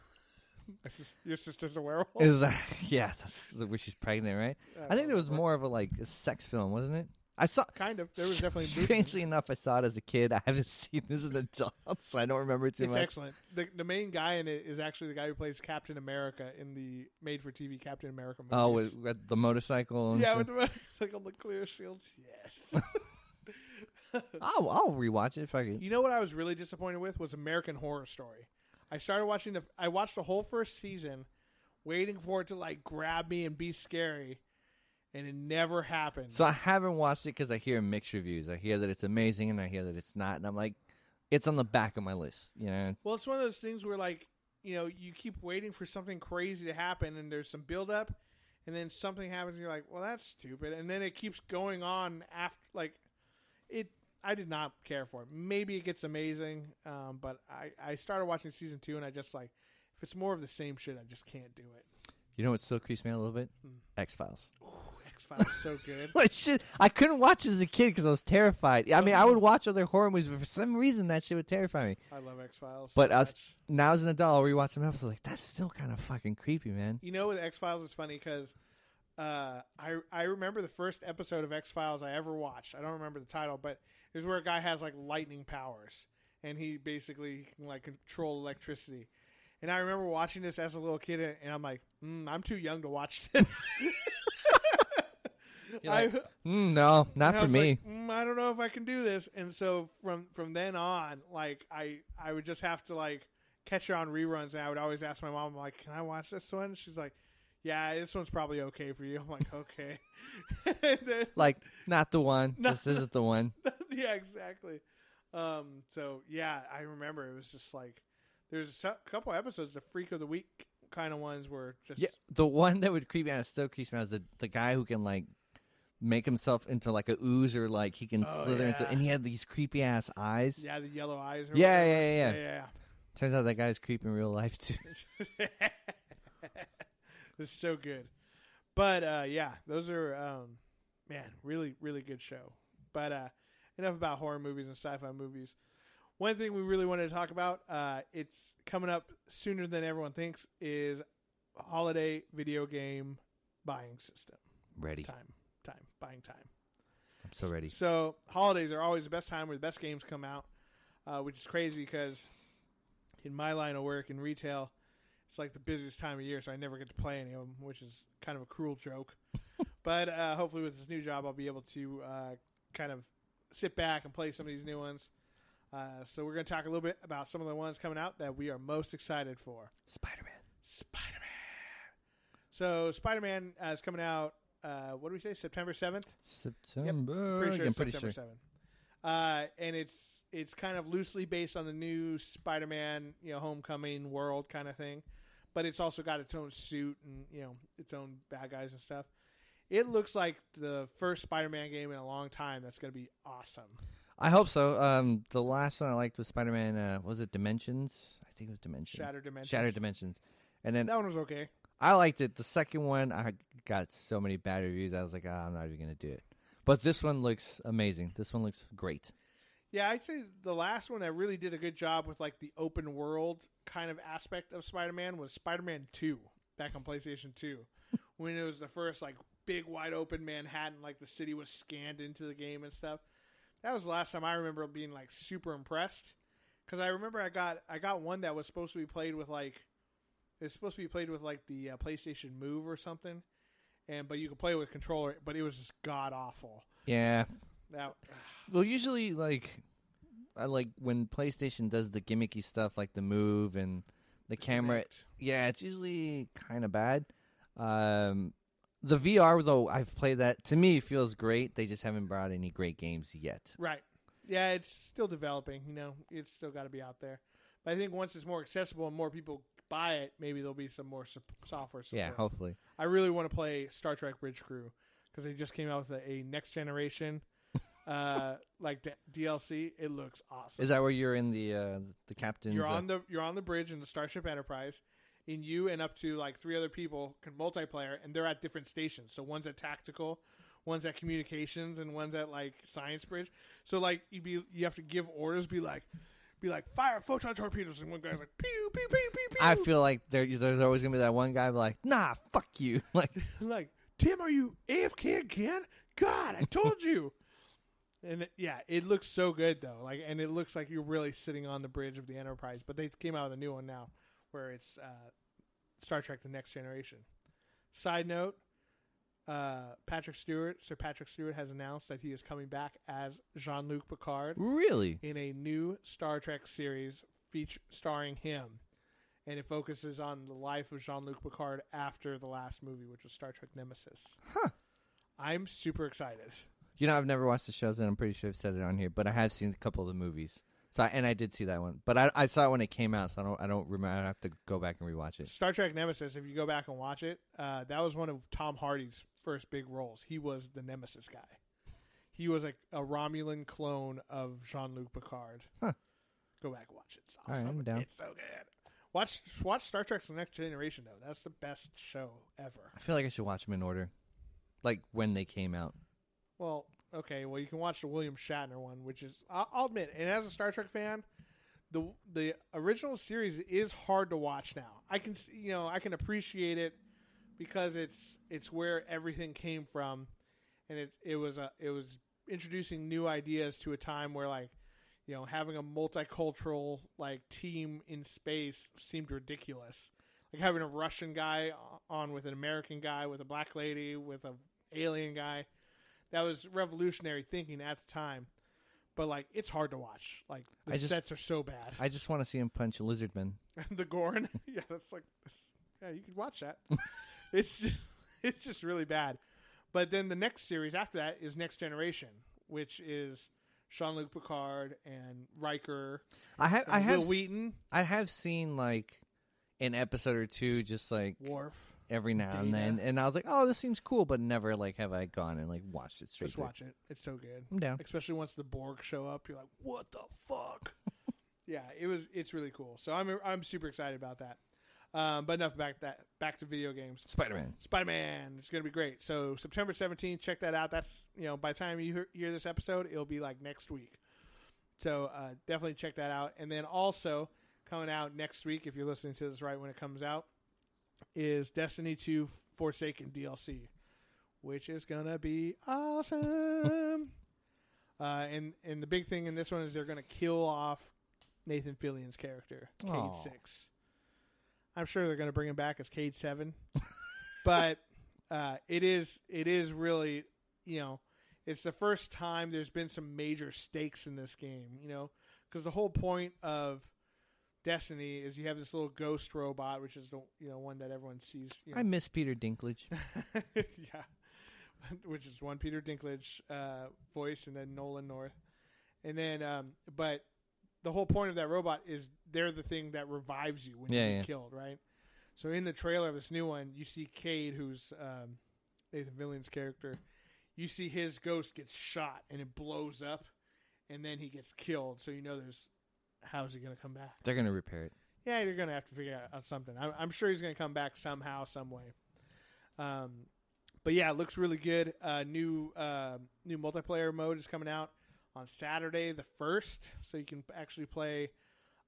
Speaker 1: Your sister's a werewolf.
Speaker 2: Is that yeah? That's where she's pregnant, right?
Speaker 1: Uh,
Speaker 2: I think there was more of a like a sex film, wasn't it? I saw.
Speaker 1: kind of. There was definitely boobs in it.
Speaker 2: strangely enough, I saw it as a kid. I haven't seen this as an adult, so I don't remember too
Speaker 1: it's
Speaker 2: much.
Speaker 1: excellent. The, the main guy in it is actually the guy who plays Captain America in the made-for-TV Captain America movies.
Speaker 2: Oh, with, with the motorcycle. And
Speaker 1: yeah,
Speaker 2: shit.
Speaker 1: with the motorcycle, the clear shields. Yes.
Speaker 2: I'll, I'll rewatch it if I can.
Speaker 1: you know what I was really disappointed with was American Horror Story. I started watching the. I watched the whole first season, waiting for it to like grab me and be scary, and it never happened.
Speaker 2: So I haven't watched it because I hear mixed reviews. I hear that it's amazing and I hear that it's not, and I'm like, it's on the back of my list. You know,
Speaker 1: Well, it's one of those things where like you know you keep waiting for something crazy to happen, and there's some build up, and then something happens, and you're like, well, that's stupid, and then it keeps going on after like it. I did not care for it. Maybe it gets amazing, um, but I I started watching season two, and I just like if it's more of the same shit, I just can't do it.
Speaker 2: you know what still creeps me out a little bit?
Speaker 1: Hmm.
Speaker 2: X Files.
Speaker 1: X Files so good.
Speaker 2: Like shit, I couldn't watch it as a kid because I was terrified. I mean, I would watch other horror movies, but for some reason that shit would terrify me.
Speaker 1: I love X Files.
Speaker 2: But I was, now as an adult, I'll rewatch some episodes. Like that's still kind of fucking creepy, man.
Speaker 1: you know, with X Files, it's funny because uh, I I remember the first episode of X Files I ever watched. I don't remember the title, but is where a guy has like lightning powers, and he basically can like control electricity. And I remember watching this as a little kid, and and I'm like, mm, I'm too young to watch this.
Speaker 2: You're like,
Speaker 1: I-
Speaker 2: Mm, no, not
Speaker 1: and I
Speaker 2: for
Speaker 1: was
Speaker 2: me.
Speaker 1: like, "Mm, I don't know if I can do this. And so from from then on, like I I would just have to like catch her on reruns, and I would always ask my mom, I'm like, "Can I watch this one?" She's like, "Yeah, this one's probably okay for you." I'm like, "Okay." And then-
Speaker 2: Like, not the one.
Speaker 1: No.
Speaker 2: This isn't the one.
Speaker 1: yeah, exactly. Um, so yeah, I remember it was just like there's a su- couple episodes, the freak of the week kind of ones were just
Speaker 2: Yeah, the one that would creep me out, it still creeps me out, is the, the guy who can like make himself into like a ooze or like he can
Speaker 1: Oh,
Speaker 2: slither into,
Speaker 1: yeah.
Speaker 2: and he had these creepy ass eyes.
Speaker 1: yeah, the yellow eyes. Or
Speaker 2: Yeah,
Speaker 1: whatever.
Speaker 2: yeah, yeah,
Speaker 1: yeah.
Speaker 2: Turns out that guy's creepy in real life too.
Speaker 1: this is so good. But uh, yeah, those are um, man, really, really good show. But uh, enough about horror movies and sci-fi movies. One thing we really wanted to talk about, uh, it's coming up sooner than everyone thinks, is holiday video game buying system.
Speaker 2: ready.
Speaker 1: Time, time, buying time.
Speaker 2: I'm so ready.
Speaker 1: So holidays are always the best time where the best games come out, uh, which is crazy because in my line of work in retail, it's like the busiest time of year, so I never get to play any of them, which is kind of a cruel joke. but uh, hopefully, with this new job, I'll be able to uh, kind of sit back and play some of these new ones. Uh, so we're going to talk a little bit about some of the ones coming out that we are most excited for.
Speaker 2: Spider Man.
Speaker 1: Spider Man. So Spider Man uh, is coming out. Uh, what do we say? September seventh.
Speaker 2: September.
Speaker 1: Pretty sure
Speaker 2: I'm
Speaker 1: it's
Speaker 2: pretty
Speaker 1: September
Speaker 2: sure.
Speaker 1: seventh. Uh, and it's it's kind of loosely based on the new Spider-Man, you know, Homecoming world kind of thing, but it's also got its own suit and you know its own bad guys and stuff. It looks like the first Spider-Man game in a long time. That's going to be awesome.
Speaker 2: I hope so. Um, the last one I liked was Spider Man. Uh, what was it Dimensions? I think it was Dimensions.
Speaker 1: Shattered Dimensions.
Speaker 2: Shattered Dimensions. And then
Speaker 1: That one was okay.
Speaker 2: I liked it. The second one, I got so many bad reviews. I was like, ah, I'm not even gonna do it. But this one looks amazing. This one looks great.
Speaker 1: Yeah, I'd say the last one that really did a good job with like the open world kind of aspect of Spider-Man was Spider-Man 2 back on PlayStation 2 when it was the first like big wide open Manhattan like the city was scanned into the game and stuff. That was the last time I remember being like super impressed cuz I remember I got I got one that was supposed to be played with like it was supposed to be played with like the uh, PlayStation Move or something and but you could play with controller but it was just god awful.
Speaker 2: Yeah.
Speaker 1: That
Speaker 2: Well, usually, like, I like when PlayStation does the gimmicky stuff, like the move and the camera. Yeah, it's usually kind of bad. Um, the VR though, I've played that. To me, it feels great. They just haven't brought any great games yet.
Speaker 1: Right. Yeah, it's still developing. You know, it's still got to be out there. But I think once it's more accessible and more people buy it, maybe there'll be some more sup- software support.
Speaker 2: Yeah, hopefully.
Speaker 1: I really want to play Star Trek Bridge Crew because they just came out with a, a next generation, uh, like d- DLC. It looks awesome.
Speaker 2: Is that where you're in the uh, the captain's?
Speaker 1: you're
Speaker 2: uh,
Speaker 1: on the you're on the bridge in the Starship Enterprise, and you and up to like three other people can multiplayer, and they're at different stations. So one's at tactical, one's at communications, and one's at like science bridge. So like you be you have to give orders, be like, be like fire photon torpedoes, and one guy's like pew pew pew pew pew.
Speaker 2: I feel like there, there's always gonna be that one guy like, nah, fuck you. Like,
Speaker 1: like Tim, are you AFK again? God, I told you. And it- yeah, it looks so good though. Like, and it looks like you're really sitting on the bridge of the Enterprise. But they came out with a new one now, where it's uh, Star Trek: The Next Generation. Side note: uh, Patrick Stewart, Sir Patrick Stewart, has announced that he is coming back as Jean Luc Picard
Speaker 2: really?
Speaker 1: in a new Star Trek series feature starring him, and it focuses on the life of Jean Luc Picard after the last movie, which was Star Trek Nemesis.
Speaker 2: Huh.
Speaker 1: I'm super excited.
Speaker 2: You know, I've never watched the shows, and I'm pretty sure I've said it on here, but I have seen a couple of the movies. So, I, and I did see that one, but I, I saw it when it came out, so I don't, I don't remember. I have to go back and rewatch it.
Speaker 1: Star Trek Nemesis, if you go back and watch it, uh, that was one of Tom Hardy's first big roles. He was the Nemesis guy. He was a, a Romulan clone of Jean Luc Picard.
Speaker 2: Huh.
Speaker 1: Go back and watch it. It's
Speaker 2: All right,
Speaker 1: awesome.
Speaker 2: I'm down.
Speaker 1: It's so good. Watch watch Star Trek's The Next Generation though. That's the best show ever.
Speaker 2: I feel like I should watch them in order, like when they came out.
Speaker 1: Well, okay. Well, you can watch the William Shatner one, which is I'll, I'll admit, and as a Star Trek fan, the the original series is hard to watch now. I can s- you know I can appreciate it because it's it's where everything came from, and it it was a it was introducing new ideas to a time where like you know having a multicultural like team in space seemed ridiculous like having a russian guy on with an american guy with a black lady with a alien guy that was revolutionary thinking at the time but like it's hard to watch like the
Speaker 2: I just-
Speaker 1: sets are so bad
Speaker 2: I just want to see him punch a lizardman.
Speaker 1: the gorn yeah that's like yeah you could watch that it's just, it's just really bad but then the next series after that is next generation which is Jean-Luc Picard and Riker
Speaker 2: I have, I
Speaker 1: and
Speaker 2: have,
Speaker 1: Will
Speaker 2: s-
Speaker 1: Wheaton,
Speaker 2: I have seen like an episode or two, just like
Speaker 1: Worf.
Speaker 2: every now and then,
Speaker 1: Data.
Speaker 2: and I was like, oh, this seems cool, but never like have I gone and like watched it straight.
Speaker 1: Just
Speaker 2: through.
Speaker 1: watch it. It's so good.
Speaker 2: I'm down.
Speaker 1: Especially once the Borg show up, you're like, "What the fuck?" yeah, it was. It's really cool. So I'm I'm super excited about that. Um, but enough back that back to video games.
Speaker 2: Spider Man.
Speaker 1: Spider Man, it's gonna be great. So September 17th, check that out. That's you know by the time you hear, hear this episode, it'll be like next week. So uh, definitely check that out. And then also coming out next week, if you're listening to this right when it comes out, is Destiny 2 Forsaken DLC, which is gonna be awesome. uh, and and the big thing in this one is they're gonna kill off Nathan Fillion's character, Cade
Speaker 2: Aw.
Speaker 1: Six. I'm sure they're gonna bring him back as Cade Seven, but uh, it is it is really you know it's the first time there's been some major stakes in this game, you know, because the whole point of Destiny is you have this little ghost robot, which is the you know one that everyone sees. You know.
Speaker 2: I miss Peter Dinklage.
Speaker 1: yeah, which is one Peter Dinklage uh, voice, and then Nolan North, and then um, but the whole point of that robot is they're the thing that revives you when
Speaker 2: Yeah,
Speaker 1: you get
Speaker 2: yeah.
Speaker 1: killed, right? So in the trailer of this new one, you see Cade, who's um, Nathan Fillion's character. You see his ghost gets shot and it blows up, and then he gets killed. So you know there's how's he going to come back?
Speaker 2: They're gonna repair it.
Speaker 1: yeah, you're gonna have to figure out- out something. I'm, I'm sure he's gonna come back somehow, some way. Um, but yeah, it looks really good. Uh, new uh, new multiplayer mode is coming out on Saturday the first, so you can actually play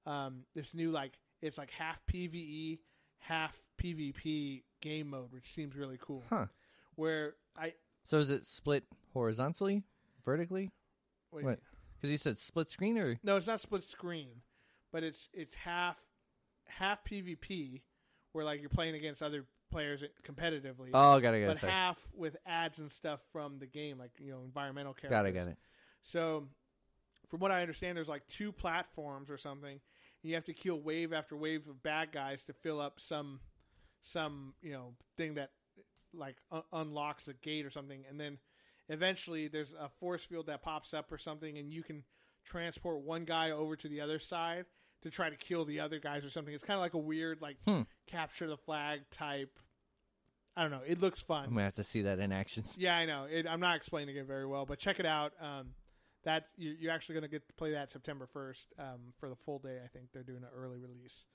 Speaker 1: um, this new like it's like half PVE, half PvP game mode, which seems really cool.
Speaker 2: Huh.
Speaker 1: Where I
Speaker 2: So is it split horizontally, vertically?
Speaker 1: wait,
Speaker 2: What? Because you said split screen or
Speaker 1: No, it's not split screen, but it's it's half half PvP, where like you're playing against other players competitively,
Speaker 2: oh, got it, got
Speaker 1: but
Speaker 2: it, sorry.
Speaker 1: half with ads and stuff from the game, like you know environmental characters.
Speaker 2: got it, got it.
Speaker 1: So, from what I understand, there's like two platforms or something, and you have to kill wave after wave of bad guys to fill up some some you know thing that like un- unlocks a gate or something, and then eventually there's a force field that pops up or something, and you can transport one guy over to the other side to try to kill the other guys or something. It's kind of like a weird like
Speaker 2: Hmm.
Speaker 1: capture the flag type. I don't know. It looks fun.
Speaker 2: I'm gonna have to see that in action.
Speaker 1: Yeah, I know. It, I'm not explaining it very well, but check it out. Um, that you, you're actually going to get to play that September 1st um, for the full day. I think they're doing an early release.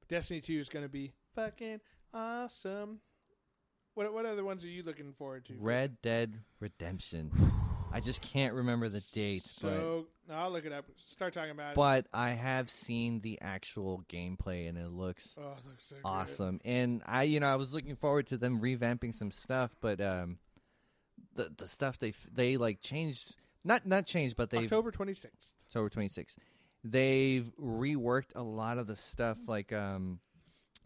Speaker 1: But Destiny 2 is going to be fucking awesome. What what other ones are you looking forward to?
Speaker 2: Red Dead Redemption. I just can't remember the date,
Speaker 1: So no, I'll look it up. Start talking about
Speaker 2: but but I have seen the actual gameplay and it looks
Speaker 1: it. Oh, it looks so good.
Speaker 2: awesome. And I, you know, I was looking forward to them revamping some stuff, but um, the the stuff they f- they like changed not not changed, but they've
Speaker 1: October 26th.
Speaker 2: October 26th. They've reworked a lot of the stuff like um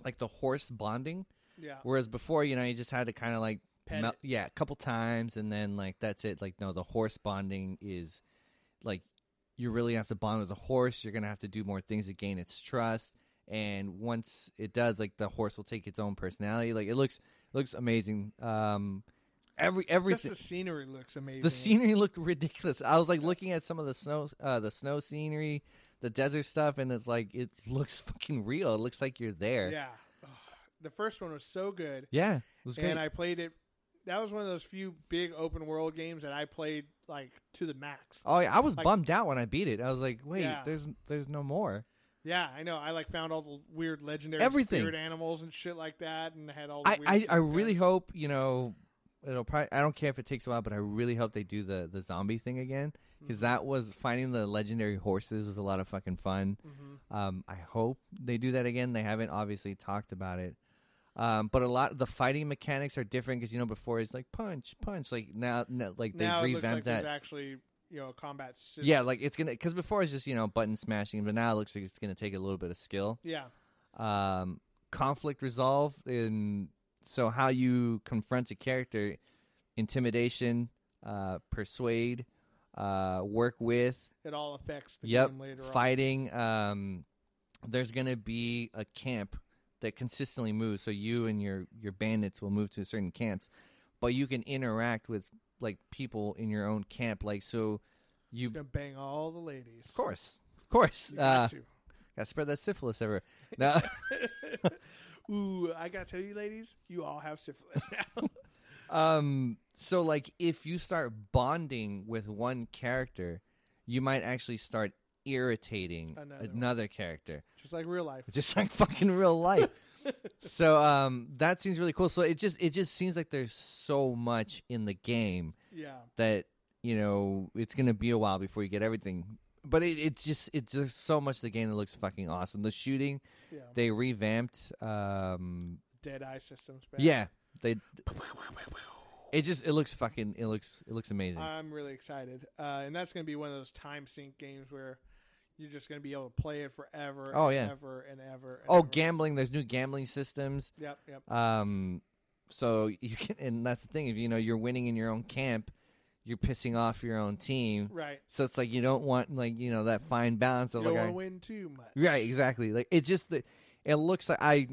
Speaker 2: like the horse bonding
Speaker 1: Yeah.
Speaker 2: whereas before you know you just had to kind of like
Speaker 1: Pet
Speaker 2: mel-
Speaker 1: it.
Speaker 2: yeah, a couple times and then like that's it like no the horse bonding is like you really have to bond with a horse, you're going to have to do more things to gain its trust and once it does like the horse will take its own personality. Like it looks looks amazing. Um every
Speaker 1: Just
Speaker 2: everything
Speaker 1: the scenery looks amazing.
Speaker 2: the scenery looked ridiculous. I was like looking at some of the snow, uh, the snow scenery, the desert stuff, and it's like it looks fucking real. It looks like you're there.
Speaker 1: Yeah. Ugh. the first one was so good.
Speaker 2: Yeah, it was great.
Speaker 1: and I played it. That was one of those few big open world games that I played like to the max.
Speaker 2: oh, yeah, I was
Speaker 1: like-
Speaker 2: bummed out when I beat it. I was like, wait,
Speaker 1: Yeah.
Speaker 2: there's there's no more.
Speaker 1: Yeah, I know. I like found all the weird legendary
Speaker 2: Everything.
Speaker 1: spirit animals and shit like that, and had all. The
Speaker 2: I
Speaker 1: weird
Speaker 2: I, I really
Speaker 1: guns.
Speaker 2: hope you know it'll probably. I don't care if it takes a while, but I really hope they do the the zombie thing again because
Speaker 1: Mm-hmm.
Speaker 2: that was finding the legendary horses was a lot of fucking fun.
Speaker 1: Mhm.
Speaker 2: Um, I hope they do that again. They haven't obviously talked about it. Um, but a lot of the fighting mechanics are different because you know before it's like punch, punch. Like now, now like they
Speaker 1: now it looks like
Speaker 2: revamped
Speaker 1: there's
Speaker 2: that.
Speaker 1: actually you know a combat system.
Speaker 2: Yeah, like it's gonna because before it's just you know button smashing, but now it looks like it's gonna take a little bit of skill.
Speaker 1: yeah,
Speaker 2: um, conflict resolve in so how you confront a character intimidation uh, persuade uh, work with
Speaker 1: it all affects the
Speaker 2: yep
Speaker 1: game later on.
Speaker 2: fighting um, there's gonna be a camp that consistently moves so you and your your bandits will move to certain camps but you can interact with like people in your own camp like so you
Speaker 1: It's gonna bang all the ladies.
Speaker 2: of course of course
Speaker 1: You
Speaker 2: uh,
Speaker 1: got
Speaker 2: gotta spread that syphilis everywhere now
Speaker 1: to. Ooh, I gotta tell you, ladies, you all have syphilis now.
Speaker 2: Um, so like if you start bonding with one character, you might actually start irritating
Speaker 1: Another
Speaker 2: another,
Speaker 1: one.
Speaker 2: character,
Speaker 1: Just like real life.
Speaker 2: just like fucking real life. so um, that seems really cool. So it just it just seems like there's so much in the game
Speaker 1: Yeah.
Speaker 2: that you know it's gonna be a while before you get everything. But it, it's just it's just so much of the game that looks fucking awesome. The shooting
Speaker 1: Yeah.
Speaker 2: they revamped. Um,
Speaker 1: Dead eye systems. back.
Speaker 2: yeah, they. It just it looks fucking it looks it looks amazing.
Speaker 1: I'm really excited, uh, and that's going to be one of those time sync games where you're just going to be able to play it forever.
Speaker 2: Oh,
Speaker 1: and
Speaker 2: yeah.
Speaker 1: ever and ever. And
Speaker 2: Oh,
Speaker 1: ever.
Speaker 2: gambling. There's new gambling systems.
Speaker 1: Yep, yep.
Speaker 2: Um, so you can, and that's the thing. If you know you're winning in your own camp, you're pissing off your own team.
Speaker 1: Right.
Speaker 2: So it's like you don't want like you know that fine balance
Speaker 1: You
Speaker 2: of
Speaker 1: don't
Speaker 2: like
Speaker 1: want to
Speaker 2: I-
Speaker 1: win too much.
Speaker 2: right, exactly. Like it just the, it looks like I,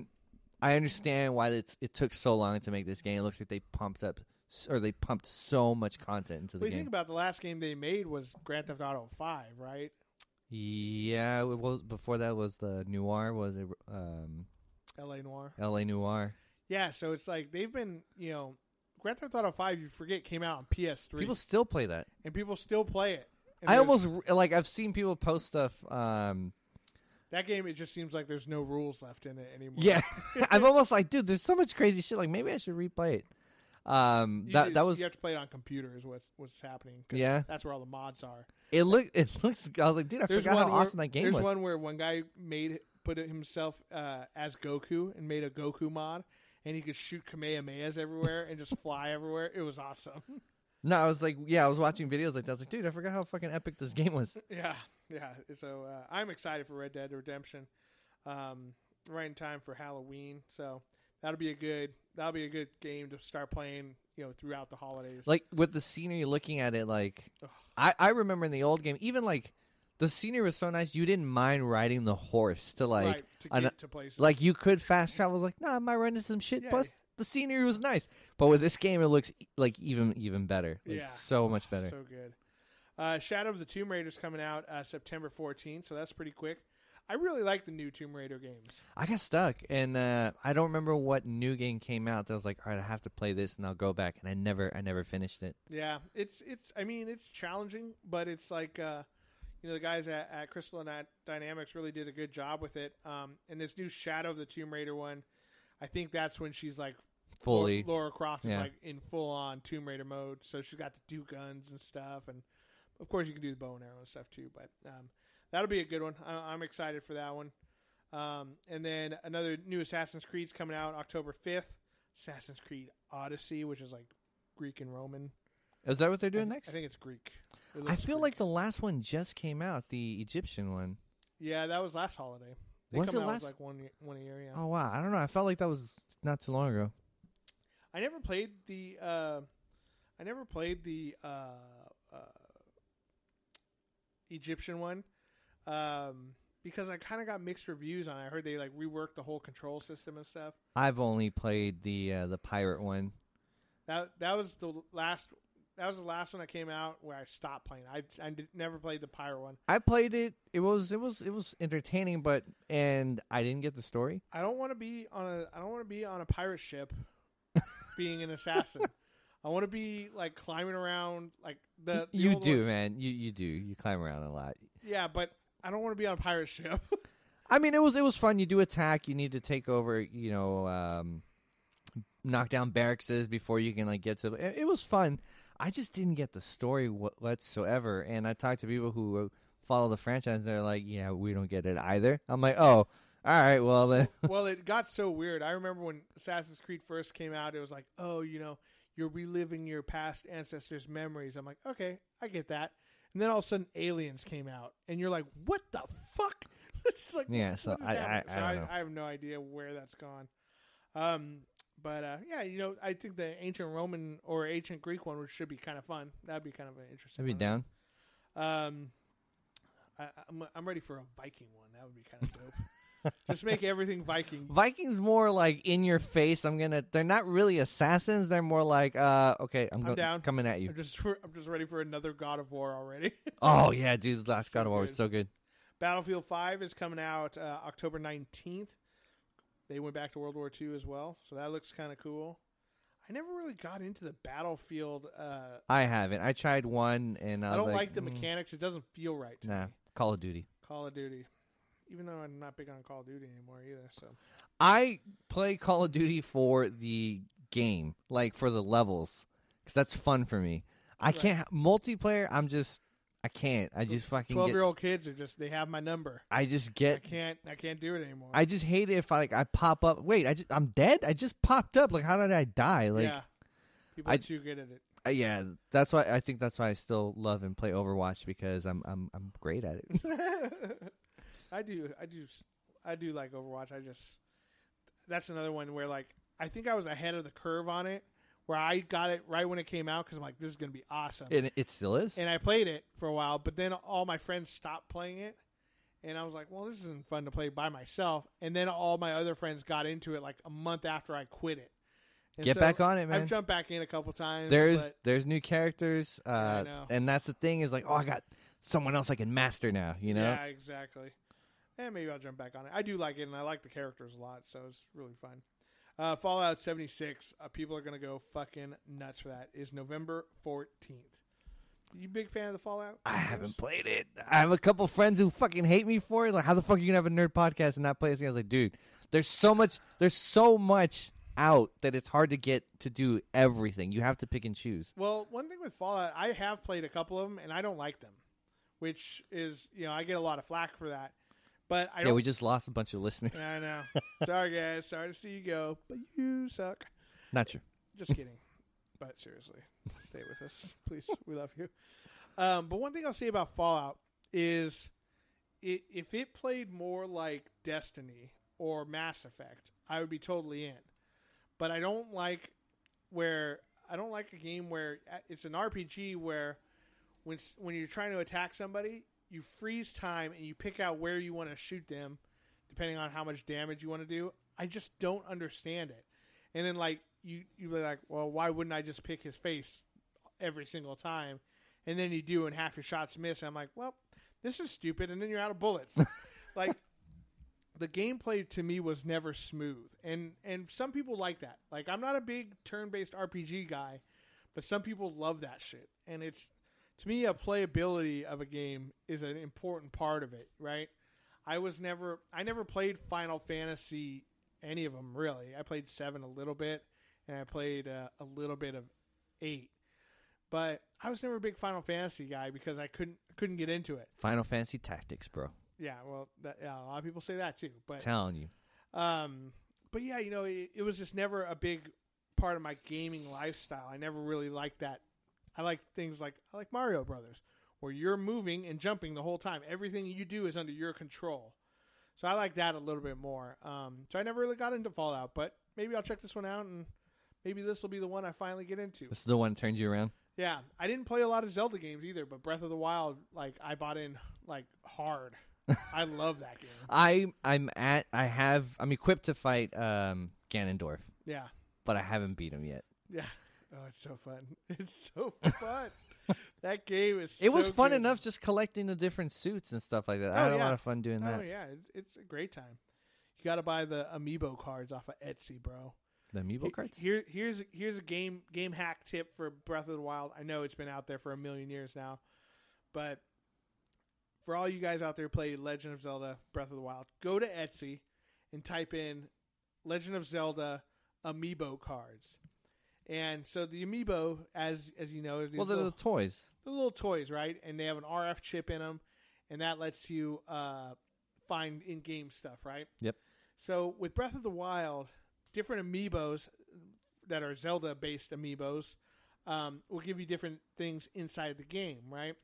Speaker 2: I understand why it's it took so long to make this game. It looks like they pumped up s- or they pumped so much content into the
Speaker 1: Well, you
Speaker 2: game.
Speaker 1: think about the last game they made was Grand Theft Auto Five, right?
Speaker 2: yeah, it was before that was the noir was it um,
Speaker 1: L.A. Noir.
Speaker 2: L.A. Noir.
Speaker 1: Yeah, so it's like they've been, you know, Grand Theft Auto Five. You forget came out on PS3,
Speaker 2: People still play that.
Speaker 1: and people still play it. And
Speaker 2: I
Speaker 1: there's-
Speaker 2: almost r- like I've seen people post stuff. Um,
Speaker 1: that game. It just seems like there's no rules left in it anymore.
Speaker 2: yeah, I'm almost like, dude, there's so much crazy shit. Like maybe I should replay it. Um,
Speaker 1: You
Speaker 2: that
Speaker 1: just-
Speaker 2: that was
Speaker 1: you have to play it on computer is what what's happening. 'cause
Speaker 2: Yeah.
Speaker 1: that's where all the mods are.
Speaker 2: it. Look, it looks. I was like, dude, I
Speaker 1: There's
Speaker 2: forgot
Speaker 1: one
Speaker 2: how
Speaker 1: where,
Speaker 2: awesome that game
Speaker 1: there's
Speaker 2: was.
Speaker 1: one where one guy made put it himself uh, as Goku and made a Goku mod, and he could shoot Kamehamehas everywhere and just fly everywhere. It was awesome.
Speaker 2: No, I was like, yeah, I was watching videos like that. I was like, dude, I forgot how fucking epic this game was.
Speaker 1: yeah, yeah. So uh, I'm excited for Red Dead Redemption, um, right in time for Halloween. So that'll be a good that'll be a good game to start playing. You know, throughout the holidays.
Speaker 2: Like with the scenery, looking at it, like
Speaker 1: Ugh.
Speaker 2: I I remember in the old game, even like the scenery was so nice, you didn't mind riding the horse to like
Speaker 1: right, to
Speaker 2: an-
Speaker 1: get to places.
Speaker 2: Like you could fast travel. I was like, nah, I might run into some shit.
Speaker 1: Yeah.
Speaker 2: Plus, the scenery was nice. But with this game, it looks e- like even even better. Like,
Speaker 1: Yeah.
Speaker 2: so much better.
Speaker 1: So good. Uh, Shadow of the Tomb Raider is coming out uh, September 14th, so that's pretty quick. I really like the new Tomb Raider games.
Speaker 2: I got stuck, and uh, I don't remember what new game came out. That I was like, all right, I have to play this, and I'll go back. And I never, I never finished it.
Speaker 1: Yeah, it's it's. I mean, it's challenging, but it's like uh, you know the guys at, at Crystal Dyna- Dynamics really did a good job with it. Um, and this new Shadow of the Tomb Raider one, I think that's when she's like
Speaker 2: Fully.
Speaker 1: Lau- Laura Croft is
Speaker 2: Yeah.
Speaker 1: like in full on Tomb Raider mode, so she's got the two guns and stuff, and of course you can do the bow and arrow and stuff too. But um, that'll be a good one. I- I'm excited for that one. Um, and then another new Assassin's Creed's coming out October 5th. Assassin's Creed Odyssey, which is like Greek and Roman.
Speaker 2: Is that what they're
Speaker 1: I
Speaker 2: doing
Speaker 1: thi-
Speaker 2: next?
Speaker 1: I think it's Greek. It
Speaker 2: I
Speaker 1: looks
Speaker 2: feel
Speaker 1: Greek.
Speaker 2: like the last one just came out, the Egyptian one.
Speaker 1: yeah, that was last holiday. They
Speaker 2: Was
Speaker 1: come
Speaker 2: it
Speaker 1: out with
Speaker 2: last-
Speaker 1: like one y- one a year. Yeah,
Speaker 2: Oh wow, I don't know. I felt like that was not too long ago.
Speaker 1: I never played the uh, I never played the uh, uh, Egyptian one um, because I kind of got mixed reviews on. it. I heard they like reworked the whole control system and stuff.
Speaker 2: I've only played the uh, the pirate one.
Speaker 1: That that was the last that was the last one that came out where I stopped playing. I I did, never played the pirate one.
Speaker 2: I played it. It was it was it was entertaining, but and I didn't get the story.
Speaker 1: I don't want to be on a I don't want to be on a pirate ship being an assassin. I want to be like climbing around like the, the
Speaker 2: you
Speaker 1: old
Speaker 2: do,
Speaker 1: ones.
Speaker 2: man. You you do. You climb around a lot.
Speaker 1: yeah, but I don't want to be on a pirate ship.
Speaker 2: I mean, it was it was fun. You do attack. You need to take over. You know, um, knock down barracks before you can like get to. It, it was fun. I just didn't get the story wh- whatsoever. uh, And I talked to people who follow the franchise. and They're like, yeah, we don't get it either. I'm like, oh, All right, well then.
Speaker 1: well, it got so weird. I remember when Assassin's Creed first came out, it was like, oh, you know, you're reliving your past ancestors' memories. I'm like, okay, I get that. And then all of a sudden, Aliens came out, and you're like, what the fuck? it's like,
Speaker 2: Yeah, so
Speaker 1: what is
Speaker 2: I-
Speaker 1: happening?
Speaker 2: I- I don't know.
Speaker 1: I, have no idea where that's gone. Um, but uh, yeah, you know, I think the ancient Roman or ancient Greek one would- should be kind of fun. That'd be kind of an interesting.
Speaker 2: I'd be
Speaker 1: one.
Speaker 2: down.
Speaker 1: Um, I, I'm, I'm ready for a Viking one. That would be kind of dope. Just make everything Viking.
Speaker 2: Vikings more like in your face. I'm gonna. They're not really assassins. They're more like, uh, okay, I'm,
Speaker 1: I'm
Speaker 2: go-
Speaker 1: down.
Speaker 2: coming at you.
Speaker 1: I'm just I'm just ready for another God of War already.
Speaker 2: Oh yeah, dude, the last
Speaker 1: So
Speaker 2: God of War was
Speaker 1: good.
Speaker 2: so good.
Speaker 1: Battlefield Five is coming out uh, October 19th. They went back to World War II as well, so that looks kind of cool. I never really got into the Battlefield. Uh,
Speaker 2: I haven't. I tried one, and I,
Speaker 1: I
Speaker 2: was
Speaker 1: don't like, the
Speaker 2: mm,
Speaker 1: mechanics; it doesn't feel right to
Speaker 2: Nah,
Speaker 1: me.
Speaker 2: Call of Duty.
Speaker 1: Call of Duty, even though I'm not big on Call of Duty anymore either. So
Speaker 2: I play Call of Duty for the game, like for the levels, because that's fun for me. I
Speaker 1: Right.
Speaker 2: can't ha- multiplayer. I'm just, I can't. I just fucking.
Speaker 1: twelve
Speaker 2: get-
Speaker 1: year old kids are just they have my number.
Speaker 2: I just
Speaker 1: I
Speaker 2: get.
Speaker 1: can't I can't do it anymore.
Speaker 2: I just hate it if I like I pop up. Wait, I just I'm dead. I just popped up. Like how did I die? Like
Speaker 1: yeah, people
Speaker 2: I-
Speaker 1: are too good at it.
Speaker 2: Uh, yeah, that's why I think that's why I still love and play Overwatch because I'm I'm I'm great at it.
Speaker 1: I do, I do, I do like Overwatch. I just that's another one where like I think I was ahead of the curve on it, where I got it right when it came out because I'm like, this is gonna be awesome,
Speaker 2: and it still is.
Speaker 1: and I played it for a while, but then all my friends stopped playing it. And I was like, well, this isn't fun to play by myself. And then all my other friends got into it like a month after I quit it. And
Speaker 2: Get back on it, man.
Speaker 1: I've jumped back in a couple times.
Speaker 2: there's
Speaker 1: but-
Speaker 2: there's new characters,
Speaker 1: I
Speaker 2: uh,
Speaker 1: know.
Speaker 2: and that's the thing is like, oh, I got someone else I can master now. You know,
Speaker 1: Yeah, exactly. And maybe I'll jump back on it. I do like it, and I like the characters a lot, so it's really fun. Uh, Fallout 76, uh, people are going to go fucking nuts for that, is November 14th. You big fan of the Fallout?
Speaker 2: I haven't played it. I have a couple friends who fucking hate me for it. Like, how the fuck are you gonna have a nerd podcast and not play this? Game? I was like, dude, there's so much. There's so much out that it's hard to get to do everything. You have to pick and choose.
Speaker 1: Well, one thing with Fallout, I have played a couple of them, and I don't like them, which is, you know, I get a lot of flack for that. But I
Speaker 2: yeah,
Speaker 1: don't
Speaker 2: we just lost a bunch of listeners.
Speaker 1: Yeah, I know. sorry, guys. Sorry to see you go, but you suck.
Speaker 2: Not sure.
Speaker 1: Just kidding. but seriously, stay with us, please. We love you. Um, but one thing I'll say about Fallout is i if it played more like Destiny or Mass Effect, I would be totally in. But I don't like where I don't like a game where uh, it's an RPG where when s- when you're trying to attack somebody, you freeze time and you pick out where you want to shoot them, depending on how much damage you want to do. I just don't understand it. And then like you you be like, well, why wouldn't I just pick his face every single time? And then you do, and half your shots miss. I'm like, well, this is stupid. And then you're out of bullets. like the gameplay to me was never smooth, and and some people like that. Like I'm not a big turn-based RPG guy, but some people love that shit. And it's to me, a playability of a game is an important part of it, right? I was never I never played Final Fantasy any of them really. I played 7 a little bit and I played uh, a little bit of 8. But I was never a big Final Fantasy guy because I couldn't couldn't get into it.
Speaker 2: Final Fantasy Tactics, bro.
Speaker 1: Yeah, well, that, yeah, a lot of people say that too. But
Speaker 2: telling you.
Speaker 1: um, but yeah, you know, it, it was just never a big part of my gaming lifestyle. I never really liked that. I like things like I like Mario Brothers, where you're moving and jumping the whole time. Everything you do is under your control. So I like that a little bit more. Um, so I never really got into Fallout, but maybe I'll check this one out and maybe this will be the one I finally get into.
Speaker 2: This is the one that turned you around.
Speaker 1: Yeah, I didn't play a lot of Zelda games either, but Breath of the Wild, like I bought in like hard. I love that game.
Speaker 2: I I'm at I have I'm equipped to fight um Ganondorf,
Speaker 1: Yeah.
Speaker 2: but I haven't beat him yet.
Speaker 1: Yeah. Oh, it's so fun. It's so fun. that game is.
Speaker 2: It was
Speaker 1: so
Speaker 2: fun
Speaker 1: good.
Speaker 2: enough just collecting the different suits and stuff like that.
Speaker 1: Oh,
Speaker 2: I had a
Speaker 1: yeah.
Speaker 2: lot of fun doing
Speaker 1: Oh
Speaker 2: that.
Speaker 1: yeah, it's, it's a great time. You got to buy the amiibo cards off of Etsy, bro.
Speaker 2: The amiibo
Speaker 1: He-
Speaker 2: cards?
Speaker 1: Here, here's here's a game game hack tip for Breath of the Wild. I know it's been out there for a million years now, but for all you guys out there who play Legend of Zelda Breath of the Wild, go to Etsy and type in Legend of Zelda amiibo cards. And so the amiibo, as as you know, is these
Speaker 2: Well, they're
Speaker 1: little-
Speaker 2: the toys.
Speaker 1: the little toys, right? And they have an RF chip in them, and that lets you uh, find in game stuff, right?
Speaker 2: Yep.
Speaker 1: So with Breath of the Wild, different amiibos that are Zelda based amiibos um, will give you different things inside the game, right?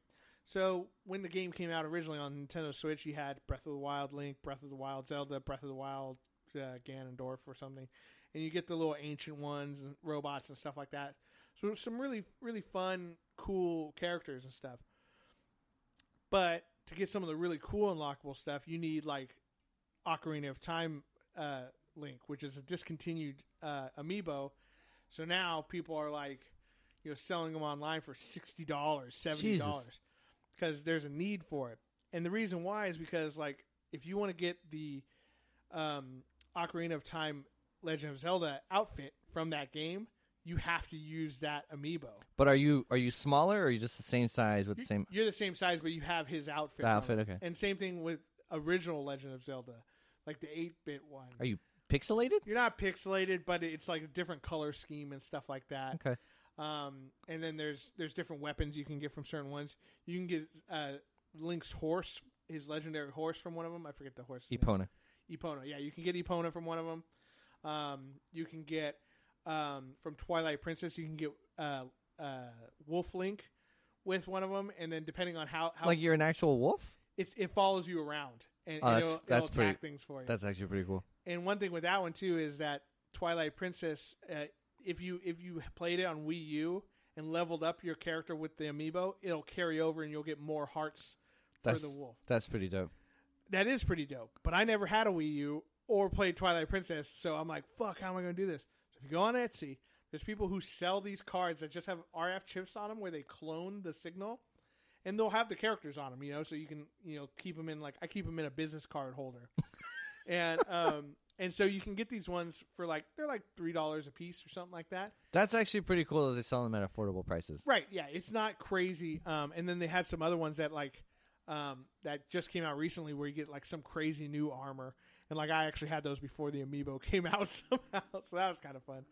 Speaker 1: So when the game came out originally on Nintendo Switch, you had Breath of the Wild Link, Breath of the Wild Zelda, Breath of the Wild uh, Ganondorf or something, and you get the little ancient ones and robots and stuff like that. So some really really fun, cool characters and stuff. But to get some of the really cool unlockable stuff, you need like Ocarina of Time uh, Link, which is a discontinued uh, amiibo. So now people are like, you know, selling them online for sixty dollars, seventy dollars, because there's a need for it. And the reason why is because like if you want to get the um, Ocarina of Time Legend of Zelda outfit from that game, you have to use that amiibo.
Speaker 2: But are you are you smaller or are you just the same size with the same
Speaker 1: You're the same size, but you have his outfit.
Speaker 2: the
Speaker 1: on
Speaker 2: outfit?
Speaker 1: it.
Speaker 2: Okay.
Speaker 1: And same thing with original Legend of Zelda, like the eight bit one.
Speaker 2: Are you pixelated?
Speaker 1: You're not pixelated, but it's like a different color scheme and stuff like that.
Speaker 2: Okay.
Speaker 1: Um, and then there's there's different weapons you can get from certain ones. You can get uh, Link's horse, his legendary horse from one of them. I forget the horse.
Speaker 2: Epona.
Speaker 1: Epona. Yeah, you can get Epona from one of them. Um, you can get um, from Twilight Princess. You can get uh, uh, Wolf Link with one of them, and then depending on how, how
Speaker 2: Like you're an actual wolf?
Speaker 1: it's, it follows you around and,
Speaker 2: Oh,
Speaker 1: and
Speaker 2: that's-
Speaker 1: it'll,
Speaker 2: that's
Speaker 1: it'll
Speaker 2: pretty-
Speaker 1: attack things for you.
Speaker 2: That's actually pretty cool.
Speaker 1: And one thing with that one too is that Twilight Princess, uh, if you if you played it on Wii U and leveled up your character with the amiibo, it'll carry over and you'll get more hearts
Speaker 2: That's
Speaker 1: for the wolf.
Speaker 2: that's pretty dope.
Speaker 1: That is pretty dope. But I never had a Wii U or played Twilight Princess, so I'm like, fuck, how am I going to do this? So if you go on Etsy, there's people who sell these cards that just have RF chips on them where they clone the signal, and they'll have the characters on them, you know, so you can you know keep them in like I keep them in a business card holder, and um and so you can get these ones for like they're like three dollars a piece or something like that.
Speaker 2: That's actually pretty cool that they sell them at affordable prices.
Speaker 1: Right. Yeah. It's not crazy. Um, and then they had some other ones that like, um, that just came out recently where you get like some crazy new armor. And like, I actually had those before the amiibo came out somehow. So that was kind of fun.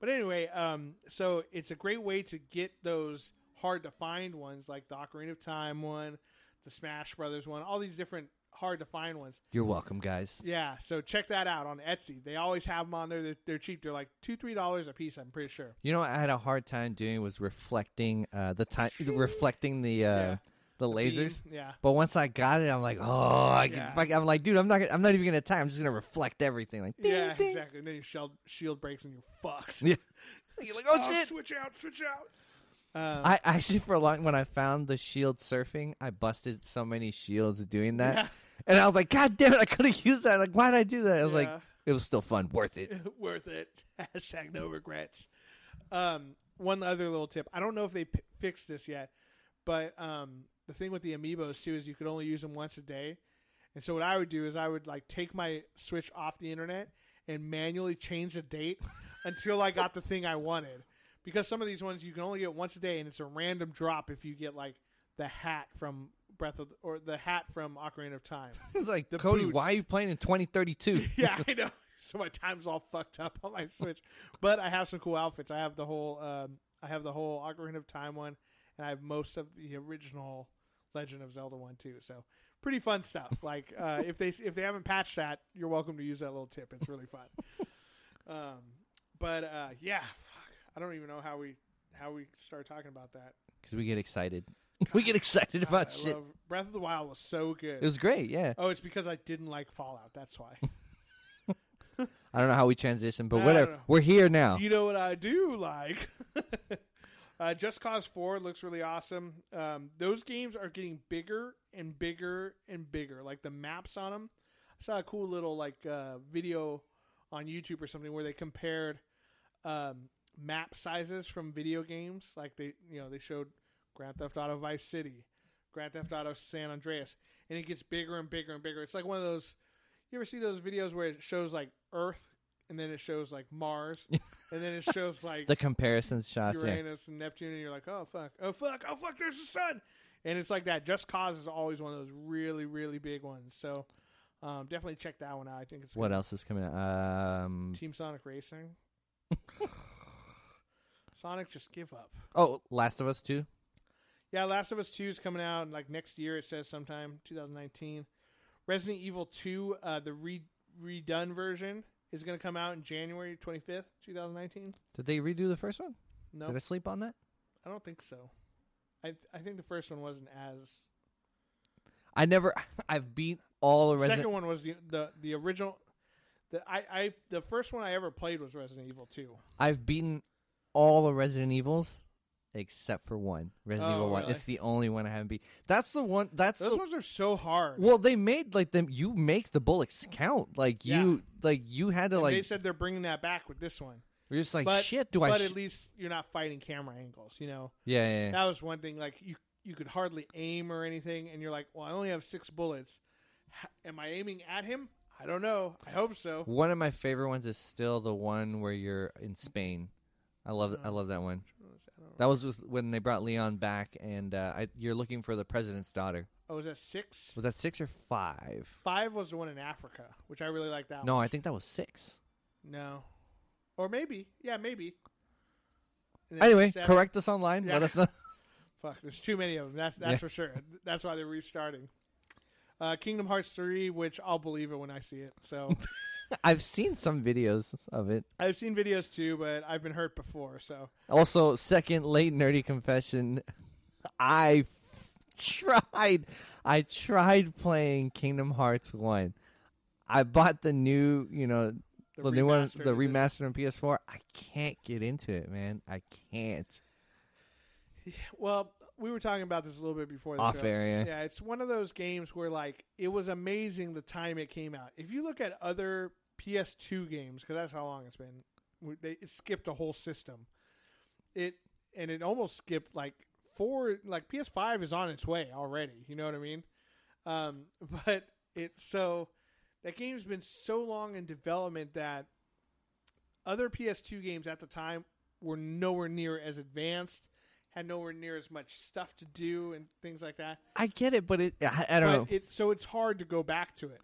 Speaker 1: But anyway, um, so it's a great way to get those hard to find ones like the Ocarina of Time one, the Smash Brothers one, all these different hard to find ones.
Speaker 2: You're welcome, guys.
Speaker 1: Yeah. So check that out on Etsy. They always have them on there. They're, they're cheap. They're like two, three dollars a piece. I'm pretty sure.
Speaker 2: You know what I had a hard time doing was reflecting uh, the time reflecting the uh,
Speaker 1: Yeah.
Speaker 2: the lasers.
Speaker 1: Beam, Yeah.
Speaker 2: But once I got it, I'm like, oh, I can,
Speaker 1: Yeah.
Speaker 2: fuck- I'm like, dude, I'm not, gonna, I'm not even gonna time. I'm just gonna reflect everything. Like, ding,
Speaker 1: yeah,
Speaker 2: ding.
Speaker 1: exactly. And then your shield shield breaks and you're fucked.
Speaker 2: Yeah. You're like, oh,
Speaker 1: Oh,
Speaker 2: shit.
Speaker 1: Switch out, switch out. Um,
Speaker 2: I actually for a long when I found the shield surfing, I busted so many shields doing that,
Speaker 1: Yeah.
Speaker 2: and I was like, God damn it, I could have used that. Like, why did I do that? I was like,
Speaker 1: Yeah.
Speaker 2: it was still fun, worth it.
Speaker 1: worth it. Hashtag no regrets. Um, one other little tip. I don't know if they p- fixed this yet, but um, the thing with the amiibos too is you could only use them once a day. And so what I would do is I would like take my Switch off the internet and manually change the date until I got the thing I wanted. Because some of these ones you can only get once a day, and it's a random drop if you get like the hat from Breath of the, or the hat from Ocarina of Time.
Speaker 2: It's like,
Speaker 1: The
Speaker 2: Cody,
Speaker 1: boots.
Speaker 2: why are you playing in 2032?
Speaker 1: yeah, I know. So my time's all fucked up on my Switch, but I have some cool outfits. I have the whole, um, I have the whole Ocarina of Time one, and I have most of the original Legend of Zelda one too. So pretty fun stuff. Like uh, if they if they haven't patched that, you're welcome to use that little tip. It's really fun. um, but uh, yeah, fuck. I don't even know how we how we start talking about that.
Speaker 2: Because we get excited. we get excited
Speaker 1: God,
Speaker 2: about
Speaker 1: Oh, I
Speaker 2: shit.
Speaker 1: love- Breath of the Wild was so good.
Speaker 2: It was great, yeah.
Speaker 1: oh, it's because I didn't like Fallout. That's why.
Speaker 2: I don't know how we transitioned, but
Speaker 1: I don't
Speaker 2: whatever.
Speaker 1: know.
Speaker 2: We're here now.
Speaker 1: You know what I do like? uh, Just Cause 4 looks really awesome. Um, those games are getting bigger and bigger and bigger. Like the maps on them. I saw a cool little like uh, video on YouTube or something where they compared um, map sizes from video games. Like they, you know, they showed Grand Theft Auto Vice City, Grand Theft Auto San Andreas, and it gets bigger and bigger and bigger. It's like one of those. You ever see those videos where it shows like Earth, and then it shows like Mars, and then it shows like
Speaker 2: The comparisons shots, yeah.
Speaker 1: Uranus and Neptune, and you're like, oh fuck, oh fuck, oh fuck, there's the sun, and it's like that. Just Cause is always one of those really, really big ones. So um, definitely check that one out. I think it's
Speaker 2: What
Speaker 1: good.
Speaker 2: else is coming out? Um,
Speaker 1: Team Sonic Racing. Sonic, just give up.
Speaker 2: oh, Last of Us 2.
Speaker 1: Yeah, Last of Us Two is coming out like next year. It says sometime 2019. Resident Evil 2, uh, the re- redone version, is going to come out in January 25th, 2019.
Speaker 2: Did they redo the first one?
Speaker 1: No,
Speaker 2: Did I sleep on that?
Speaker 1: I don't think so. I I think the first one wasn't as.
Speaker 2: I never. I've beat all the Resident.
Speaker 1: Second one was the the, the original. The I, I the first one I ever played was Resident Evil 2.
Speaker 2: I've beaten all the Resident Evils except for one. Resident
Speaker 1: Oh,
Speaker 2: Evil One.
Speaker 1: really?
Speaker 2: It's the only one I haven't beat. That's the one. That's
Speaker 1: Those
Speaker 2: the,
Speaker 1: ones are so hard.
Speaker 2: well. They made like them. You make the bullets count. Like you. Like you had to
Speaker 1: And
Speaker 2: like.
Speaker 1: they said they're bringing that back with this one.
Speaker 2: you're just like
Speaker 1: but-
Speaker 2: shit. Do I?
Speaker 1: But
Speaker 2: sh-"
Speaker 1: at least you're not fighting camera angles, you know.
Speaker 2: yeah, yeah, yeah.
Speaker 1: That was one thing like you you could hardly aim or anything and you're like, "Well, I only have 6 bullets. H- Am I aiming at him? I don't know. I hope so."
Speaker 2: One of my favorite ones is still the one where you're in Spain. I love
Speaker 1: Uh-huh.
Speaker 2: I love that one. That was with, when they brought Leon back, and uh, I, you're looking for the president's daughter.
Speaker 1: Oh, was that 6?
Speaker 2: Was that six or five?
Speaker 1: 5 was the one in Africa, which I really like that one.
Speaker 2: No, I think that was six.
Speaker 1: No. Or maybe. Yeah, maybe. And then
Speaker 2: Anyway,
Speaker 1: seven-
Speaker 2: correct us online. Let
Speaker 1: Yeah.
Speaker 2: us know.
Speaker 1: Fuck, there's too many of them. That's that's
Speaker 2: Yeah.
Speaker 1: for sure. That's why they're restarting. Uh, Kingdom Hearts 3, which I'll believe it when I see it. So
Speaker 2: I've seen some videos of it.
Speaker 1: I've seen videos too, but I've been hurt before. So
Speaker 2: Also, second late nerdy confession. I tried. I tried playing Kingdom Hearts one. I bought the new, you know, the, new one,
Speaker 1: remastered
Speaker 2: the
Speaker 1: edition.
Speaker 2: remastered on PS4. I can't get into it, man. I can't.
Speaker 1: Well, we were talking about this a little bit before the
Speaker 2: Off
Speaker 1: show.
Speaker 2: area.
Speaker 1: Yeah, it's one of those games where like it was amazing the time it came out. If you look at other PS2 games, because that's how long it's been, we- they, it skipped a whole system. It and it almost skipped like four. Like PS5 is on its way already. You know what I mean? Um, but it's so that game's been so long in development that other PS2 games at the time were nowhere near as advanced, had nowhere near as much stuff to do and things like that.
Speaker 2: I get it, but it. I, I don't know.
Speaker 1: But it so it's hard to go back to it.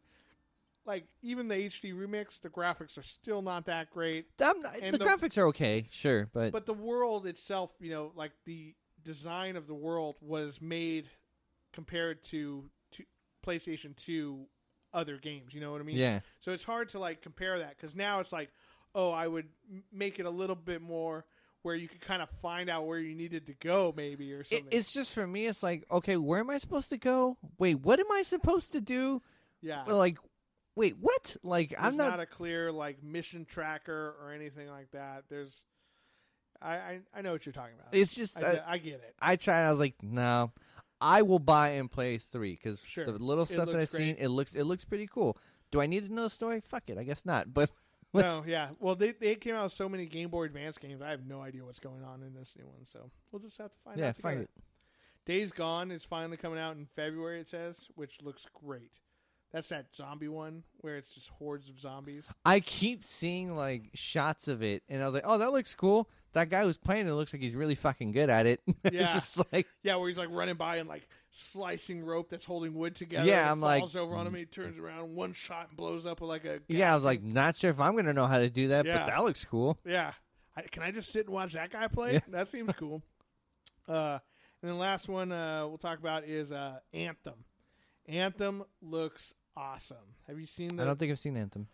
Speaker 1: Like even the HD remix, the graphics are still not that great,
Speaker 2: I'm not-
Speaker 1: and
Speaker 2: the,
Speaker 1: the-
Speaker 2: graphics are okay, sure, but,
Speaker 1: but the world itself, you know, like the design of the world was made compared to, to PlayStation 2 other games, you know what I mean?
Speaker 2: yeah,
Speaker 1: So it's hard to like compare that because now it's like, oh, I would m- make it a little bit more where you could kind of find out where you needed to go, maybe or
Speaker 2: it,
Speaker 1: something.
Speaker 2: it's just for me. It's like, okay, where am I supposed to go? Wait, what am I supposed to do?
Speaker 1: yeah,
Speaker 2: Well, like, wait, what? Like, I'm
Speaker 1: There's not,
Speaker 2: not.
Speaker 1: a clear like mission tracker or anything like that. There's, I I, I know what you're talking about.
Speaker 2: it's uh,
Speaker 1: I,
Speaker 2: just I,
Speaker 1: get- I get it.
Speaker 2: I tried. I was like, no, I will buy and play three because
Speaker 1: Sure.
Speaker 2: the little
Speaker 1: It
Speaker 2: stuff that I've
Speaker 1: looks
Speaker 2: seen, it looks it looks pretty cool. Do I need to know the story? Fuck it, I guess not. But
Speaker 1: no, yeah. Well, they they came out with so many Game Boy Advance games. I have no idea what's going on in this new one. So we'll just have to find
Speaker 2: yeah,
Speaker 1: out.
Speaker 2: find
Speaker 1: together.
Speaker 2: it.
Speaker 1: Days Gone is finally coming out in February. It says, which looks great. That's that zombie one where it's just hordes of zombies.
Speaker 2: I keep seeing like shots of it, and I was like, oh, that looks cool. That guy who's playing it looks like he's really fucking good at it. it's
Speaker 1: Yeah.
Speaker 2: just like
Speaker 1: Yeah, where he's like running by and like slicing rope that's holding wood together.
Speaker 2: Yeah,
Speaker 1: and it
Speaker 2: I'm like- mm.
Speaker 1: falls over on him. And he turns around, one shot, and blows up with like a.
Speaker 2: Yeah, I was like,
Speaker 1: gasket.
Speaker 2: not sure if I'm gonna know how to do that,
Speaker 1: Yeah.
Speaker 2: but that looks cool.
Speaker 1: yeah. I, can I just sit and watch that guy play?
Speaker 2: Yeah.
Speaker 1: That seems cool. uh, and then last one uh, we'll talk about is uh, Anthem. Anthem looks awesome. Have you seen
Speaker 2: I
Speaker 1: the
Speaker 2: don't think I've seen Anthem.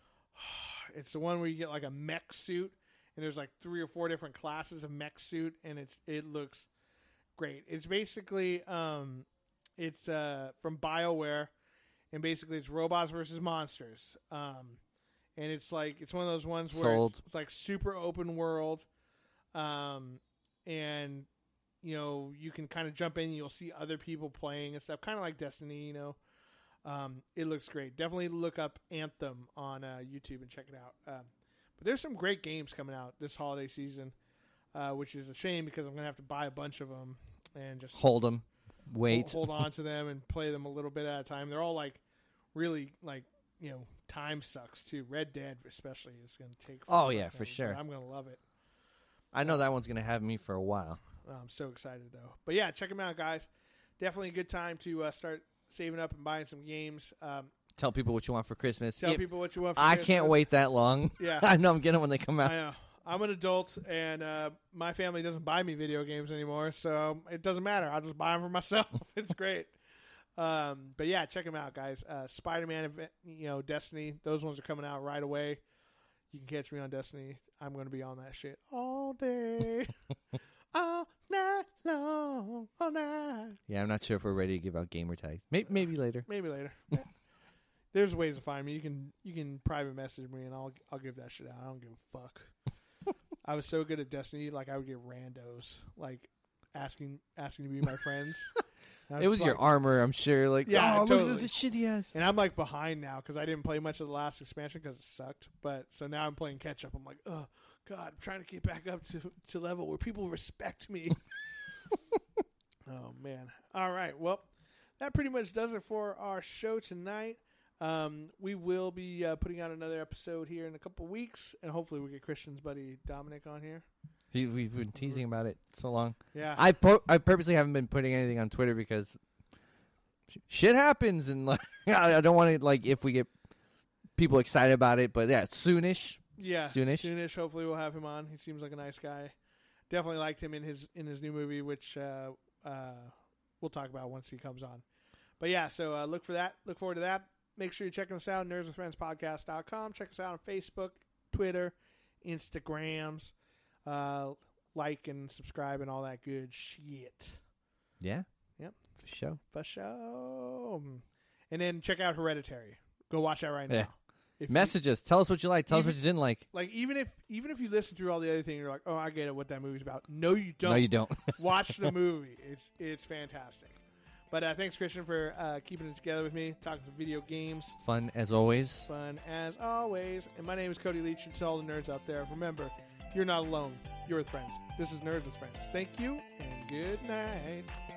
Speaker 1: It's the one where you get like a mech suit, and there's like three or four different classes of mech suit, and it's it looks great. It's basically um, it's uh from Bioware, and basically it's robots versus monsters. Um, and it's like it's one of those ones where
Speaker 2: Sold.
Speaker 1: it's, it's like super open world, um, and you know you can kind of jump in, and you'll see other people playing and stuff, kind of like Destiny, you know. Um, it looks great. Definitely look up Anthem on uh, YouTube and check it out. Um, but there's some great games coming out this holiday season, uh, which is a shame because I'm gonna have to buy a bunch of them and just
Speaker 2: Hold 'em. Wait.
Speaker 1: hold, hold on to them and play them a little bit at a time. They're all like really like you know time sucks too. Red Dead especially is gonna take.
Speaker 2: Oh, yeah,
Speaker 1: forever,
Speaker 2: for
Speaker 1: but
Speaker 2: sure.
Speaker 1: I'm gonna love it.
Speaker 2: I know that one's gonna have me for a while.
Speaker 1: I'm so excited though. But yeah, check them out, guys. Definitely a good time to uh, start saving up and buying some games. Um,
Speaker 2: Tell people what you want for Christmas.
Speaker 1: tell
Speaker 2: If-
Speaker 1: people what you want. For
Speaker 2: I
Speaker 1: Christmas.
Speaker 2: can't wait that long.
Speaker 1: Yeah.
Speaker 2: I know I'm getting them when they come out.
Speaker 1: I know. I'm an adult, and uh, my family doesn't buy me video games anymore, so it doesn't matter. I'll just buy them for myself. it's great. Um, but yeah, check them out, guys. Uh, Spider Man, you know, Destiny. Those ones are coming out right away. You can catch me on Destiny. I'm going to be on that shit all day, all night long, all night.
Speaker 2: Yeah, I'm not sure if we're ready to give out gamer tags. Maybe, maybe later.
Speaker 1: Maybe later. There's ways to find me. You can you can private message me and I'll I'll give that shit out. I don't give a fuck. I was so good at Destiny, like I would get randos like asking asking to be my friends. And I
Speaker 2: It was
Speaker 1: just
Speaker 2: your
Speaker 1: like-
Speaker 2: armor, I'm sure. Like,
Speaker 1: Yeah,
Speaker 2: oh,
Speaker 1: totally.
Speaker 2: look at this shitty ass.
Speaker 1: and I'm like behind now because I didn't play much of the last expansion because it sucked. But so now I'm playing catch up. I'm like, oh god, I'm trying to get back up to to level where people respect me. oh man. All right. Well, that pretty much does it for our show tonight. Um, we will be uh, putting out another episode here in a couple weeks, and hopefully we get Christian's buddy Dominic on here.
Speaker 2: He, we've been teasing about it so long.
Speaker 1: Yeah.
Speaker 2: I po- I purposely haven't been putting anything on Twitter because sh- shit happens, and like I I don't want to like if we get people excited about it, but yeah, soonish.
Speaker 1: Yeah,
Speaker 2: soonish.
Speaker 1: Soonish. Hopefully, we'll have him on. He seems like a nice guy. Definitely liked him in his in his new movie, which uh, uh, we'll talk about once he comes on. But yeah, so uh, look for that. Look forward to that. Make sure you're checking us out, nerdswithfriendspodcast.com. Check us out on Facebook, Twitter, Instagrams. Uh, like and subscribe and all that good shit.
Speaker 2: Yeah.
Speaker 1: Yep.
Speaker 2: For sure.
Speaker 1: For sure. And then check out Hereditary. Go watch that right now.
Speaker 2: Yeah.
Speaker 1: If you-
Speaker 2: Message us. Tell us what you like. Tell us
Speaker 1: Even-
Speaker 2: what you didn't like.
Speaker 1: like even if even if you listen through all the other things, you're like, oh, I get it, what that movie's about. No, you don't.
Speaker 2: No, you don't.
Speaker 1: Watch the movie. It's it's fantastic. But uh, thanks, Christian, for uh, keeping it together with me, talking some video games.
Speaker 2: Fun as always.
Speaker 1: Fun as always. And my name is Cody Leach, and to all the nerds out there, remember, you're not alone. You're with friends. This is Nerds with Friends. Thank you, and good night.